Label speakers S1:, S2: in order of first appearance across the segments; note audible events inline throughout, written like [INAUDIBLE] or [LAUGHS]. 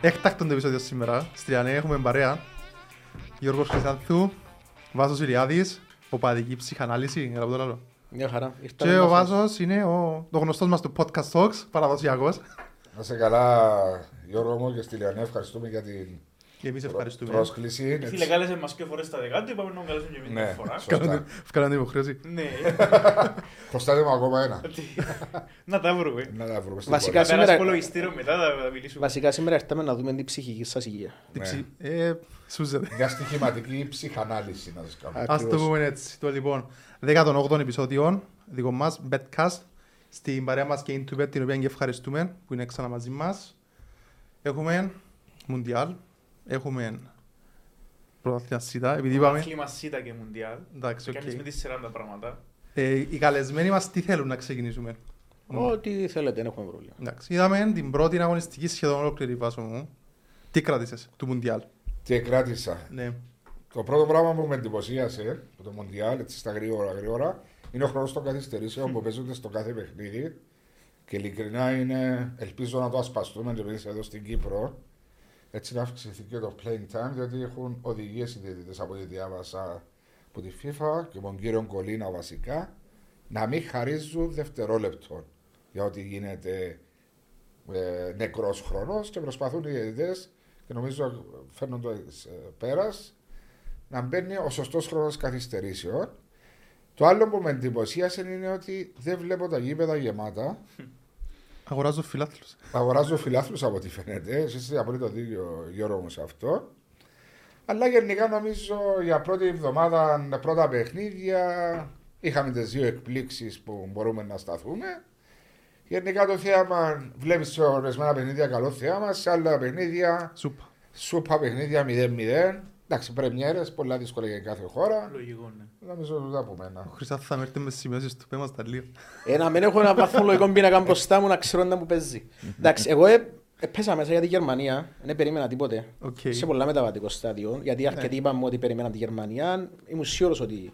S1: Έκτακτο το επεισόδιο σήμερα. Στριανέ έχουμε παρέα. Γιώργος Χρυσάνθου, Βάσος Ηλιάδης, οπαδική ψυχανάλυση, έλα από το λαλό.
S2: Μια χαρά. Ήρθαμε
S1: Και
S2: να
S1: ο
S2: σας-
S1: Βάσος είναι ο, το γνωστός μας του Podcast Talks, παραδοσιακός.
S3: Να σε καλά, Γιώργο μου και στη Λιανέ. Ευχαριστούμε για την
S1: Και εμείς ευχαριστούμε.
S3: πρόσκληση. Έτσι.
S4: Φίλε, κάλεσε μας και φορές στα δεκάτου, είπαμε να τον καλέσουμε και εμείς
S3: Ναι.
S4: μια φορά.
S3: Σωστά.
S1: Κάναμε την υποχρέωση.
S4: Ναι,
S3: Χρωστάτε μου ακόμα ένα.
S2: [LAUGHS]
S4: να τα βρούμε.
S3: Να τα βρούμε στην
S2: Βασικά,
S4: Να
S3: πορεία.
S4: περάσει
S2: σήμερα-
S4: υπολογιστήριο μετά θα θα μιλήσουμε.
S2: Βασικά σήμερα ήρθαμε να δούμε την ψυχική σας υγεία.
S1: Την
S3: Ναι.
S1: ψη- Ε, σούζεται.
S3: Μια στοιχηματική ψυχανάλυση να σας κάνω.
S1: Ας το
S2: Ακριβώς.
S1: πούμε έτσι. Το λοιπόν 18ο επεισόδιο δικό μας, Betcast. Στην παρέα μας και Intubet, την οποία και ευχαριστούμε που είναι ξανά μαζί μας. Έχουμε Μουντιάλ, έχουμε Πρωταθλία Σίτα, επειδή είπαμε.
S4: Αθλήμα ΣΥΤΑ και Μουντιάλ.
S1: Εντάξει, οκ.
S4: Κάνεις με τη σειρά τα πράγματα.
S1: Ε, οι καλεσμένοι μας τι θέλουν να ξεκινήσουμε.
S2: Ό,τι θέλετε, δεν έχουμε πρόβλημα.
S1: Εντάξει, είδαμε την πρώτη αγωνιστική σχεδόν ολόκληρη βάσο μου. Τι κράτησες του Μουντιάλ.
S3: Τι κράτησα.
S1: Ναι.
S3: Το πρώτο πράγμα που με εντυπωσίασε από το Μοντιάλ, έτσι στα γρήγορα γρήγορα, είναι ο χρόνος των καθυστερήσεων που παίζονται στο κάθε παιχνίδι. Και ειλικρινά είναι, ελπίζω να το ασπαστούμε και εμεί εδώ στην Κύπρο. Έτσι να αυξηθεί και το playing time, γιατί έχουν οδηγίες οι διαιτητέ από ό,τι διάβασα από τη FIFA και από τον κύριο Κολίνα βασικά, να μην χαρίζουν δευτερόλεπτο για ό,τι γίνεται ε, νεκρός χρόνος και προσπαθούν οι διαιτητέ και νομίζω ε, φέρνουν το πέρας να μπαίνει ο σωστός χρόνος καθυστερήσεων. Το άλλο που με εντυπωσίασε είναι ότι δεν βλέπω τα γήπεδα γεμάτα.
S1: Αγοράζω φιλάθλους.
S3: Αγοράζω φιλάθλους από ό,τι φαίνεται. Εσύ είσαι απολύτω δίκιο, Γιώργο μου, σε αυτό. Αλλά γενικά νομίζω για πρώτη εβδομάδα πρώτα παιχνίδια είχαμε τις δύο εκπλήξεις που μπορούμε να σταθούμε. Γενικά το θέαμα, βλέπεις σε ορισμένα παιχνίδια καλό θέαμα, σε άλλα παιχνίδια
S1: Σούπα.
S3: σούπα παιχνίδια 0-0. Εντάξει, πρεμιέρες, πολλά δύσκολα για κάθε χώρα.
S4: Λογικό, ναι.
S3: Νομίζω ότι τα πούμε.
S1: Ο
S3: ένα.
S1: Χρυσάθ θα με έρθει με σημειώσεις του πέμας τα λίγο.
S2: Ένα, Ε, μην έχω ένα βαθμολογικό πίνακα μπροστά μου να ξέρω να μου παίζει. Εντάξει, εγώ ε, ε, πέσα μέσα για τη Γερμανία, δεν περίμενα τίποτε.
S1: Οκ. Ναι.
S2: Σε πολλά μεταβατικό στάδιο, γιατί αρκετοί είπαμε ότι περιμέναν τη Γερμανία. Ήμουν σίγουρος ότι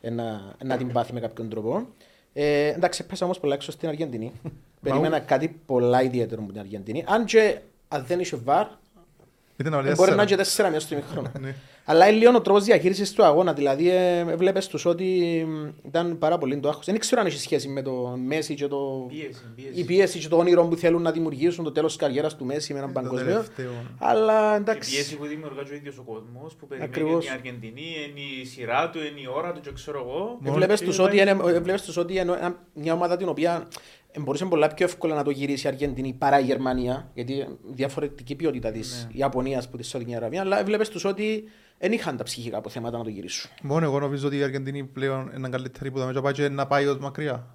S2: ε, να, να την πάθει με κάποιον τρόπο. Ε, εντάξει, πέσα όμως πολλά έξω
S1: [LAUGHS]
S2: στην Αργεντινή. Περίμενα κάτι πολλά ιδιαίτερο από την Αργεντινή. Αν και αν δεν είχε βαρ,
S1: Ήταν ωραία
S2: Ε, Μπορεί να
S1: σέρα.
S2: είναι και τέσσερα μιας στο μικρό.
S1: Ναι.
S2: Αλλά είναι λίγο ο τρόπος διαχείρισης του αγώνα. Δηλαδή, βλέπεις τους ότι μ, ήταν πάρα πολύ το άγχος. Δεν ξέρω αν έχει σχέση με το Μέση και το.
S4: Πίεση,
S2: Η
S4: πίεση.
S2: πίεση και το όνειρο που θέλουν να δημιουργήσουν το τέλος καριέρας του Μέση με έναν
S1: Ε, Το
S2: παγκοσμίο.
S1: τελευταίο.
S2: Αλλά
S4: Η πίεση
S2: εντάξει.
S4: που δημιουργάζει ο ίδιος ο κόσμος που περιμένει
S2: Ακριβώς.
S4: την Αργεντινή, είναι η σειρά του, είναι η ώρα του και ξέρω εγώ.
S1: Μόνο-
S2: Βλέπει του ε, ότι,
S4: είναι...
S2: είναι- ε, βλέπεις τους ότι είναι ένα- μια ομάδα την οποία ε, μπορούσε πολλά πιο εύκολα να το γυρίσει η Αργεντινή παρά η Γερμανία, γιατί ε, διαφορετική ποιότητα της
S4: Ναι.
S2: Ιαπωνίας που της Σαουδική Αραβία, αλλά βλέπει τους ότι δεν είχαν τα ψυχικά αποθέματα να το γυρίσουν.
S1: Μόνο εγώ νομίζω ότι η Αργεντινή πλέον είναι καλύτερη που θα με πάει και να πάει ως μακριά.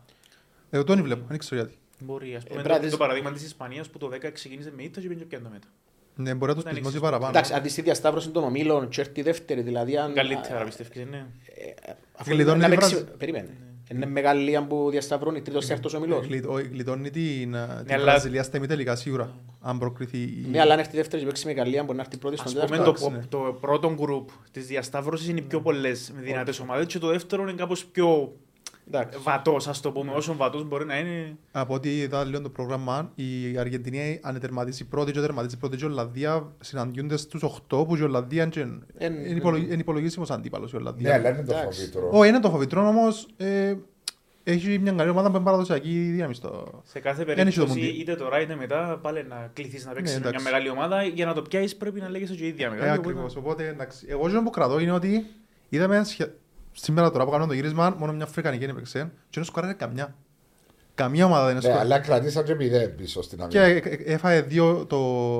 S1: Εγώ τον βλέπω, δεν ξέρω γιατί.
S4: Μπορεί, ας πούμε,
S2: Ε, μπράβο.
S4: το- το παράδειγμα της Ισπανίας που το 10 ξεκίνησε με ήττα και πήγε και πιάνε το μετά.
S1: Ναι, μπορεί να τους
S4: Δεν
S1: πεισμώσει
S4: ξέρω.
S1: παραπάνω.
S2: Εντάξει, αντί στη διασταύρωση των ομίλων, και έρθει η δεύτερη, δηλαδή. Αν,
S4: Καλύτερα πιστεύεις, ναι.
S2: Αφού
S1: Γλιτώνει
S2: να
S1: τη
S2: παίξει-
S1: Βραζ-
S2: Περίμενε. Είναι μεγάλη αν που διασταυρώνει τρίτος έκτος ομιλός.
S1: Γλιτ- Ε, ο- Γλιτώνει την ε, την
S4: αλλά-
S1: Βραζιλία στα ημιτελικά σίγουρα. Αν προκριθεί η-
S2: Ναι, αλλά αν έρθει η δεύτερη και παίξει με Γαλλία, μπορεί να έρθει η πρώτη στον
S4: Ας
S2: τέταρτο.
S4: πούμε
S1: εντάξει,
S4: το,
S1: ναι.
S4: το πρώτο γκρουπ της διασταύρωσης είναι οι πιο πολλές Δηλαδή, με δυνατές ομάδες και το δεύτερο είναι κάπως πιο
S2: Εντάξει.
S4: βατός ας το πούμε, όσο βατός μπορεί να είναι.
S1: Από ό,τι είδα λίγο το πρόγραμμα, η Αργεντινή αν τερματίσει πρώτη και τερματίσει πρώτη και η Ολλανδία συναντιούνται στους 8 που η Ολλανδία είναι- είναι υπολογι- είναι υπολογίσιμος αντίπαλος η
S3: Ναι,
S1: Ολλανδία.
S3: αλλά είναι το
S2: Εντάξει.
S3: φοβήτρο.
S1: Όχι, είναι το φοβητρό όμως ε, έχει μια καλή ομάδα που είναι παραδοσιακή δύναμη στο...
S4: Σε κάθε
S1: Εν έχει το
S4: περίπτωση,
S1: Μουντιάλ.
S4: είτε τώρα είτε μετά, πάλι να κληθείς να παίξεις με μια
S1: εντάξει.
S4: μεγάλη ομάδα. Για να το πιάσεις πρέπει να λέγεσαι και η ίδια μεγάλη.
S1: Ε,
S4: οπότε-
S1: ακριβώς. Οπότε, εντάξει, εγώ και που κρατώ είναι ότι είδαμε σχε- σήμερα τώρα που κάνουμε το γύρισμα, μόνο μια Αφρικανική έπαιξε και δεν σκοράρε καμιά. Καμία ομάδα δεν
S3: Ναι,
S1: σκοράρε.
S3: αλλά κρατήσα και μηδέν πίσω στην
S1: Και
S3: αμυντική.
S1: ε- ε- έφαγε δύο το,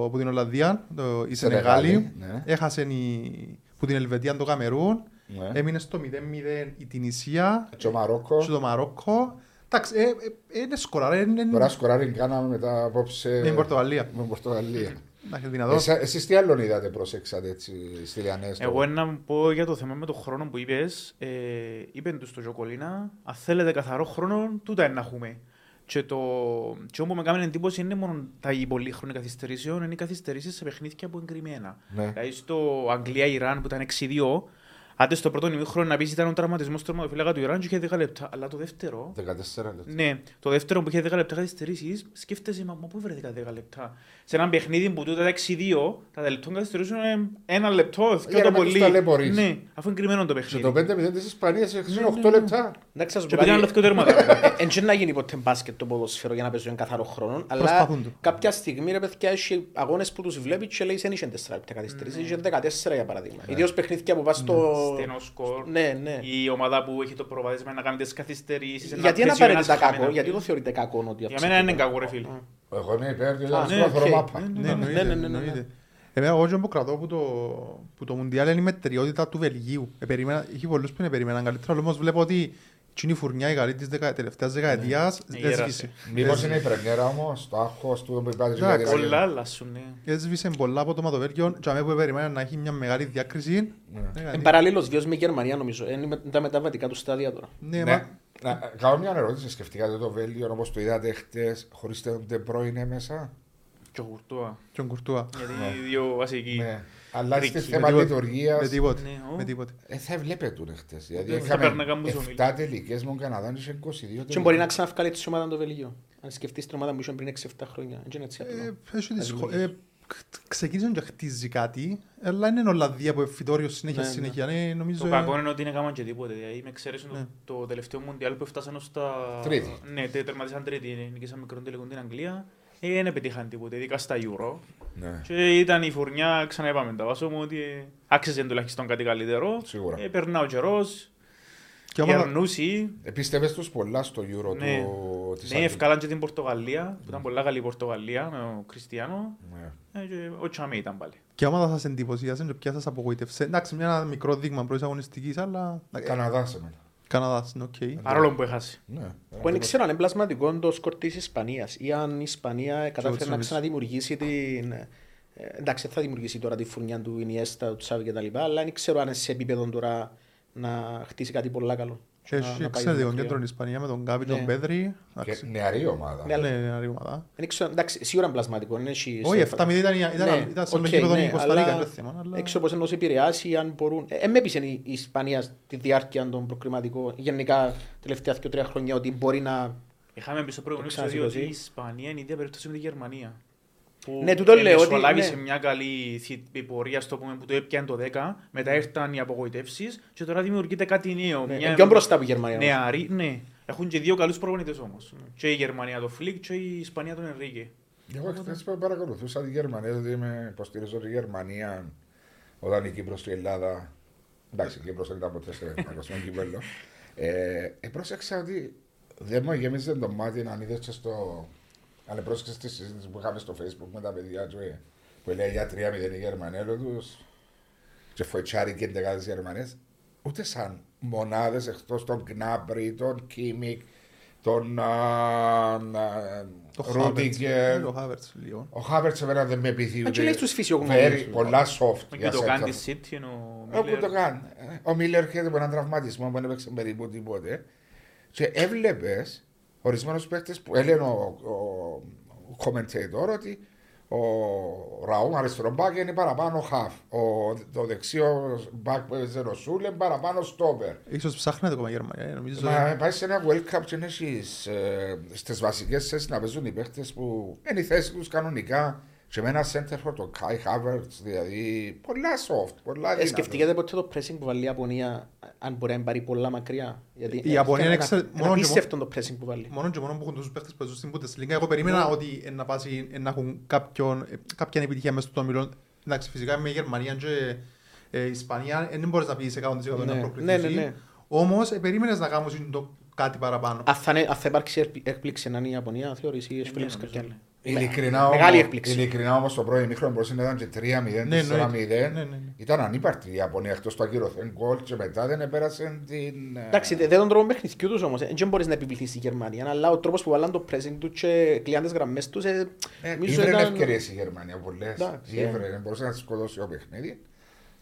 S1: από την Ολλανδία, το, η
S3: Σενεγάλη,
S1: Σενεγάλη,
S3: ναι.
S1: έχασε η, που την Ελβετία το Καμερούν,
S3: Ναι.
S1: έμεινε στο 0-0 η Τινησία
S3: Και ο
S1: και
S3: Μαρόκο.
S1: το Μαρόκο. Εντάξει, ε, ε, ε, είναι σκοράρε, είναι
S3: Τώρα σκοράρει ε. κάναμε μετά απόψε.
S1: είναι η Πορτογαλία.
S3: Με Πορτογαλία.
S1: Να έχετε δυνατός.
S3: Εσά- Εσείς τι άλλον είδατε, προσέξατε έτσι στη Λιανέ. Ναι, στο-
S4: Εγώ να μου πω για το θέμα με τον χρόνο που είπες. Ε, είπε του στο Τζοκολίνα, αν θέλετε καθαρό χρόνο, τούτα είναι να έχουμε. Και το και όπου με κάνει εντύπωση είναι μόνο τα οι πολύχρονη καθυστερήσεων, είναι οι καθυστερήσεις σε παιχνίδια που είναι κρυμμένα.
S3: Ναι.
S4: Δηλαδή στο Αγγλία-Ιράν που ήταν 6-2, Άντε στο πρώτο ημίχρονο να πεις ήταν ο τραυματισμός του τερματοφύλακα του Ιράν και είχε 10 λεπτά. Αλλά το δεύτερο,
S3: 14 λεπτά.
S4: ναι, το δεύτερο που είχε 10 λεπτά καθυστερήσεις, σκέφτεσαι, μα, μα πού βρέθηκα 10 λεπτά. Σε ένα παιχνίδι που τούτα τα 6-2, τα λεπτών καθυστερήσεων είναι ένα λεπτό,
S3: Για
S4: δυο
S3: να
S4: το
S3: μην τους
S4: πολύ.
S3: ταλαιπωρείς.
S4: Ναι, αφού είναι κρυμμένο το
S3: Και
S4: παιχνίδι.
S3: το 5-0 της Ισπανίας έχασε 8 λεπτά.
S2: Εντάξει, σας πω
S4: Και πήρε ένα
S2: κάτι.
S4: λευκό τέρμα. [LAUGHS]
S2: Ε, Εν τζεν να γίνει ποτέ μπάσκετ το ποδοσφαίρο για να παίζουν καθαρό χρόνο, αλλά
S1: Προσπαθούν το.
S2: κάποια στιγμή ρε παιδιά έχει αγώνες που τους βλέπεις και λέει δεν είχε 4 λεπτά καθυστερήσεις, είχε 14 για παράδειγμα. Ιδίως παιχνίδια που πας στο...
S4: Στενό σκορ.
S2: Ναι, ναι.
S4: Η ομάδα που έχει το προβάδισμα να κάνει τις καθυστερήσεις.
S2: Γιατί είναι
S4: πέσει ο ένας
S2: απαραίτητα
S4: χαμένα.
S2: κακό, γιατί το θεωρείτε κακό ότι
S4: Για μένα είναι κακό ρε φίλε.
S3: Εγώ είμαι υπέρ του, ήταν
S2: ναι,
S3: στο
S2: οκ.
S3: μάπα.
S1: Ναι,
S2: Ναι,
S4: Ναι,
S2: ναι,
S1: εννοείται,
S2: ναι, ναι.
S1: εννοείται. Ε, Εμένα εγώ και που κρατώ που το, που το Μουντιάλ είναι η μετριότητα του Βελγίου. Ε, περίμενα, είχε πολλούς που είναι περίμεναν καλύτερα, αλλά όμως βλέπω ότι είναι η φουρνιά η καλή της δεκα, τελευταίας δεκαετίας
S4: Ναι,
S1: έσβησε.
S3: Μήπως είναι η πρεμιέρα όμως, το άγχος του που υπάρχει
S1: Εντάξει.
S3: για
S4: Πολλά
S3: την
S4: αλλάσουν, ναι.
S1: Έσβησε πολλά από το Μαδοβέλγιο και αμέ που περίμενα να έχει μια μεγάλη διάκριση.
S3: Ναι.
S1: έκανε.
S2: Εν παραλλήλως βιώσουμε η Γερμανία νομίζω, Ε, είναι με- τα μεταβατικά του στάδια τώρα.
S1: Ναι,
S3: Ναι.
S1: μα-
S3: Να κάνω μια ερώτηση. Σκεφτήκατε το Βέλγιο όπως το είδατε χτες χωρίς τον Ντεμπρό είναι μέσα.
S4: Και ο Κουρτούα.
S1: και τον Κουρτούα.
S4: Γιατί είναι οι δύο βασικοί.
S3: Ναι. Αλλάζει
S4: Κρίκη.
S3: θέμα
S1: τίποτε.
S3: λειτουργίας.
S1: Με τίποτε.
S4: Ναι, ο.
S1: Με τίποτε.
S3: Ε, θα βλέπετε χτε. Δηλαδή,
S4: Δεν θα παίρνει καμπούς
S3: είχαμε
S4: ομίλους.
S3: 7 τελικές με τον Καναδά, είχε 22 τελικές.
S2: Και μπορεί να ξαναβγάλει τη ομάδα το Βελγίο. Αν σκεφτείς την ομάδα που είχε πριν 6-7 χρόνια. Δεν είναι έτσι απλό.
S1: Ε, έχει
S2: Ας
S1: δυσκο-
S2: δουλεύεις.
S1: ε, κ- Ξεκίνησε και χτίζει κάτι, αλλά είναι Ολλανδία που εφητόριο συνέχεια
S2: Ναι, ναι.
S1: συνέχεια. Ναι, νομίζω...
S4: Το
S1: ε,
S4: κακό είναι ότι είναι έκαναν και τίποτε. Δηλαδή με εξαίρεση το-
S1: Ναι.
S4: το τελευταίο Μουντιάλ που φτάσαν στα...
S3: Τρίτη.
S4: Ναι, τε- τερματίσαν τρίτη. Νικήσαν μικρόν τελικό την Αγγλία. Ε, Δεν επιτύχαν τίποτε, ειδικά στα Euro.
S3: Ναι.
S4: Και ήταν η φουρνιά, ξανά είπαμε τα βάσο μου, ότι ε, άξιζε τουλάχιστον κάτι καλύτερο.
S3: Σίγουρα.
S4: Ε, περνά ο καιρός,
S1: Και άμα-
S4: γερνούσι.
S3: Επίστευες τους πολλά στο Euro
S4: Ναι.
S3: του, της
S4: Ναι,
S3: Αγγλίας.
S4: ευκάλαν και την Πορτογαλία, που ήταν πολλά καλή η Πορτογαλία, με ο Κριστιανό.
S3: Ναι.
S4: Ε, και ο Τσαμί ήταν πάλι.
S1: Και άμα θα σας εντυπωσίασε και ποια σας απογοήτευσε. Εντάξει, μια ένα μικρό δείγμα πρώτης αγωνιστικής, αλλά... ε,
S3: Καναδάς εμένα.
S1: Καναδάς, είναι οκ.
S4: Παρόλο που έχασε.
S3: Ναι.
S2: Που δεν ξέρω αν είναι πλασματικό το σκορ της Ισπανίας ή αν η Ισπανία κατάφερε να
S1: Τσότσοβιτς.
S2: ξαναδημιουργήσει την... ε, Εντάξει, θα δημιουργήσει τώρα τη φουρνιά του Ινιέστα, του Τσάβη κτλ. Αλλά δεν ξέρω αν είναι σε επίπεδο τώρα να χτίσει κάτι πολύ καλό.
S1: Και
S2: να- να
S1: Έχει
S2: πάει
S1: εξαιρετικό
S2: δημοκρατία.
S1: κέντρο στην Ισπανία με τον Γκάβι και
S2: Ναι.
S1: τον Πέδρη.
S3: Και
S1: Εντάξει,
S3: νεαρή ομάδα.
S2: Ναι,
S1: Ναι, είναι άλλη ομάδα.
S2: Δεν ξέρω, εντάξει, σίγουρα είναι πλασματικό. είναι έχει-
S1: Όχι,
S2: σε-
S1: 7-0 ήταν- ήταν- ήταν στο
S2: οκ,
S1: γήπεδο η
S2: ναι,
S1: Κωνσταντίνα,
S2: αλλά
S1: δεν θυμάμαι, αλλά-
S2: Έξω πώς ενός επηρεάσει, αν μπορούν. Ε, ε, με έπεισε η η Ισπανία τη διάρκεια των προκριματικών, γενικά τελευταία και τρία χρόνια, ότι μπορεί να...
S4: Είχαμε πει στο προηγούμενο
S2: Το
S4: επεισόδιο ότι η
S2: ξανασηκωθεί.
S4: Ισπανία είναι η ίδια περίπτωση με τη Γερμανία. Που
S2: Ναι, τούτο λέω ότι-
S4: μεσολάβησε
S2: ναι.
S4: μια καλή θη- πορεία στο πούμε, που το έπιανε το 10, μετά ήρθαν οι απογοητεύσεις και τώρα δημιουργείται κάτι νέο.
S2: Ναι,
S4: μια-
S2: είναι πιο μπροστά από η Γερμανία. όμως.
S4: Νεαροί, ναι. Έχουν και δύο καλούς προπονητές όμως. Και η Γερμανία το Φλικ και η Ισπανία τον Ενρίκε.
S3: Εγώ χθες που παρακολουθούσα τη Γερμανία, δηλαδή με υποστηρίζω τη Γερμανία όταν η Κύπρος και η Ελλάδα. Εντάξει, η Κύπρος δεν ήταν ποτέ σε παγκοσμίο κύπελο. Ε, ε, πρόσεξα ότι δεν μου γέμιζε το μάτι να είδες και στο. Αν πρόσεξες τη συζήτηση που είχαμε στο Facebook με τα παιδιά του, ε, που λέει για 3-0 η Γερμανία, λέω τους και φοητσάρει και εντεκάδες Γερμανές, ούτε σαν μονάδες εκτός των Γκνάμπρι, των Κίμικ, των
S1: Το ναι, Χάβερτς.
S3: Ρούντιγκερ,
S1: Το Χάβερτς, λίγο.
S3: ο Χάβερτ εμένα δεν με πείθει
S2: Μα και λέει στους φυσιογνώμους.
S3: Very- πολλά soft.
S4: Και το
S3: σένα.
S4: κάνει τη City, ενώ ο
S3: Όπου
S4: Μίλλερ-
S3: το κάνει. Ε, Ο Μίλλερ έρχεται από έναν τραυματισμό που δεν έπαιξε περίπου τίποτε. Και έβλεπες ορισμένους παίχτε που έλεγε ο, ο, ο commentator ότι ο Ραούμ αριστερό μπακ είναι παραπάνω χαφ. Ο, το δεξιό μπακ που έπαιζε ο Σούλ είναι παραπάνω στόπερ.
S1: Ίσως ψάχνεται ακόμα η Γερμανία, ε, νομίζω.
S3: Μα πάει σε ένα World Cup και έχεις ε, στις βασικές θέσεις να παίζουν οι παίχτες που είναι η θέση τους κανονικά και με ένα center for τον Kai Havertz, δηλαδή πολλά soft, πολλά
S2: Ε,
S3: δυνατός.
S2: σκεφτείτε ποτέ το pressing που βάλει η Ιαπωνία, αν μπορεί να πάρει πολλά μακριά. Γιατί
S1: Η Ιαπωνία είναι εξε- μόνο και
S2: Είναι απίστευτο το pressing που βάλει.
S1: Μόνο και μόνο που έχουν τους παίχτες που ζουν στην Bundesliga. Εγώ
S2: Ναι.
S1: περίμενα ότι ε, να πάσει, ε, να έχουν κάποιον, ε, κάποια επιτυχία μέσα στο ομιλό. Εντάξει, φυσικά με Γερμανία και ε, Ισπανία ε, δεν μπορείς να πεις 100% να
S2: Ναι. Ναι, ναι, ναι.
S1: προκληθείς. Όμως ε, περίμενες να κάνουν το κάτι παραπάνω.
S2: Αν θα, είναι- αν θα υπάρξει εκπλή- έκπληξη να είναι η Ιαπωνία, θεωρείς ή
S4: νομίζω,
S2: εσφυλίξεις κάποια
S4: ναι.
S2: άλλη.
S3: Ειλικρινά όμως,
S2: Μεγάλη έκπληξη.
S3: Ειλικρινά όμως το πρώτο ημίχρονο μπορούσε να ήταν και 3-0,
S1: Ναι,
S3: 4-0.
S1: εννοείται. Ναι, ναι, ναι.
S3: Ήταν ανύπαρτη η Ιαπωνία εκτός του ακυρωθέν γκολ και μετά δεν επέρασε την... ε,
S2: Εντάξει, δε- δεν τον τρόπο παιχνιδιού τους όμως. ε, Δεν μπορείς να επιβληθείς στη Γερμανία, αλλά ο τρόπος που βάλαν το pressing του και κλείαν τις γραμμές τους... ε,
S3: Ε,
S2: νομίζω
S3: Ήβρε
S2: ήταν-
S3: ευκαιρίες η Γερμανία πολλές.
S2: Εντάξει, ναι.
S3: Ήβρε, μπορούσε να τη σκοτώσει ο παιχνίδι.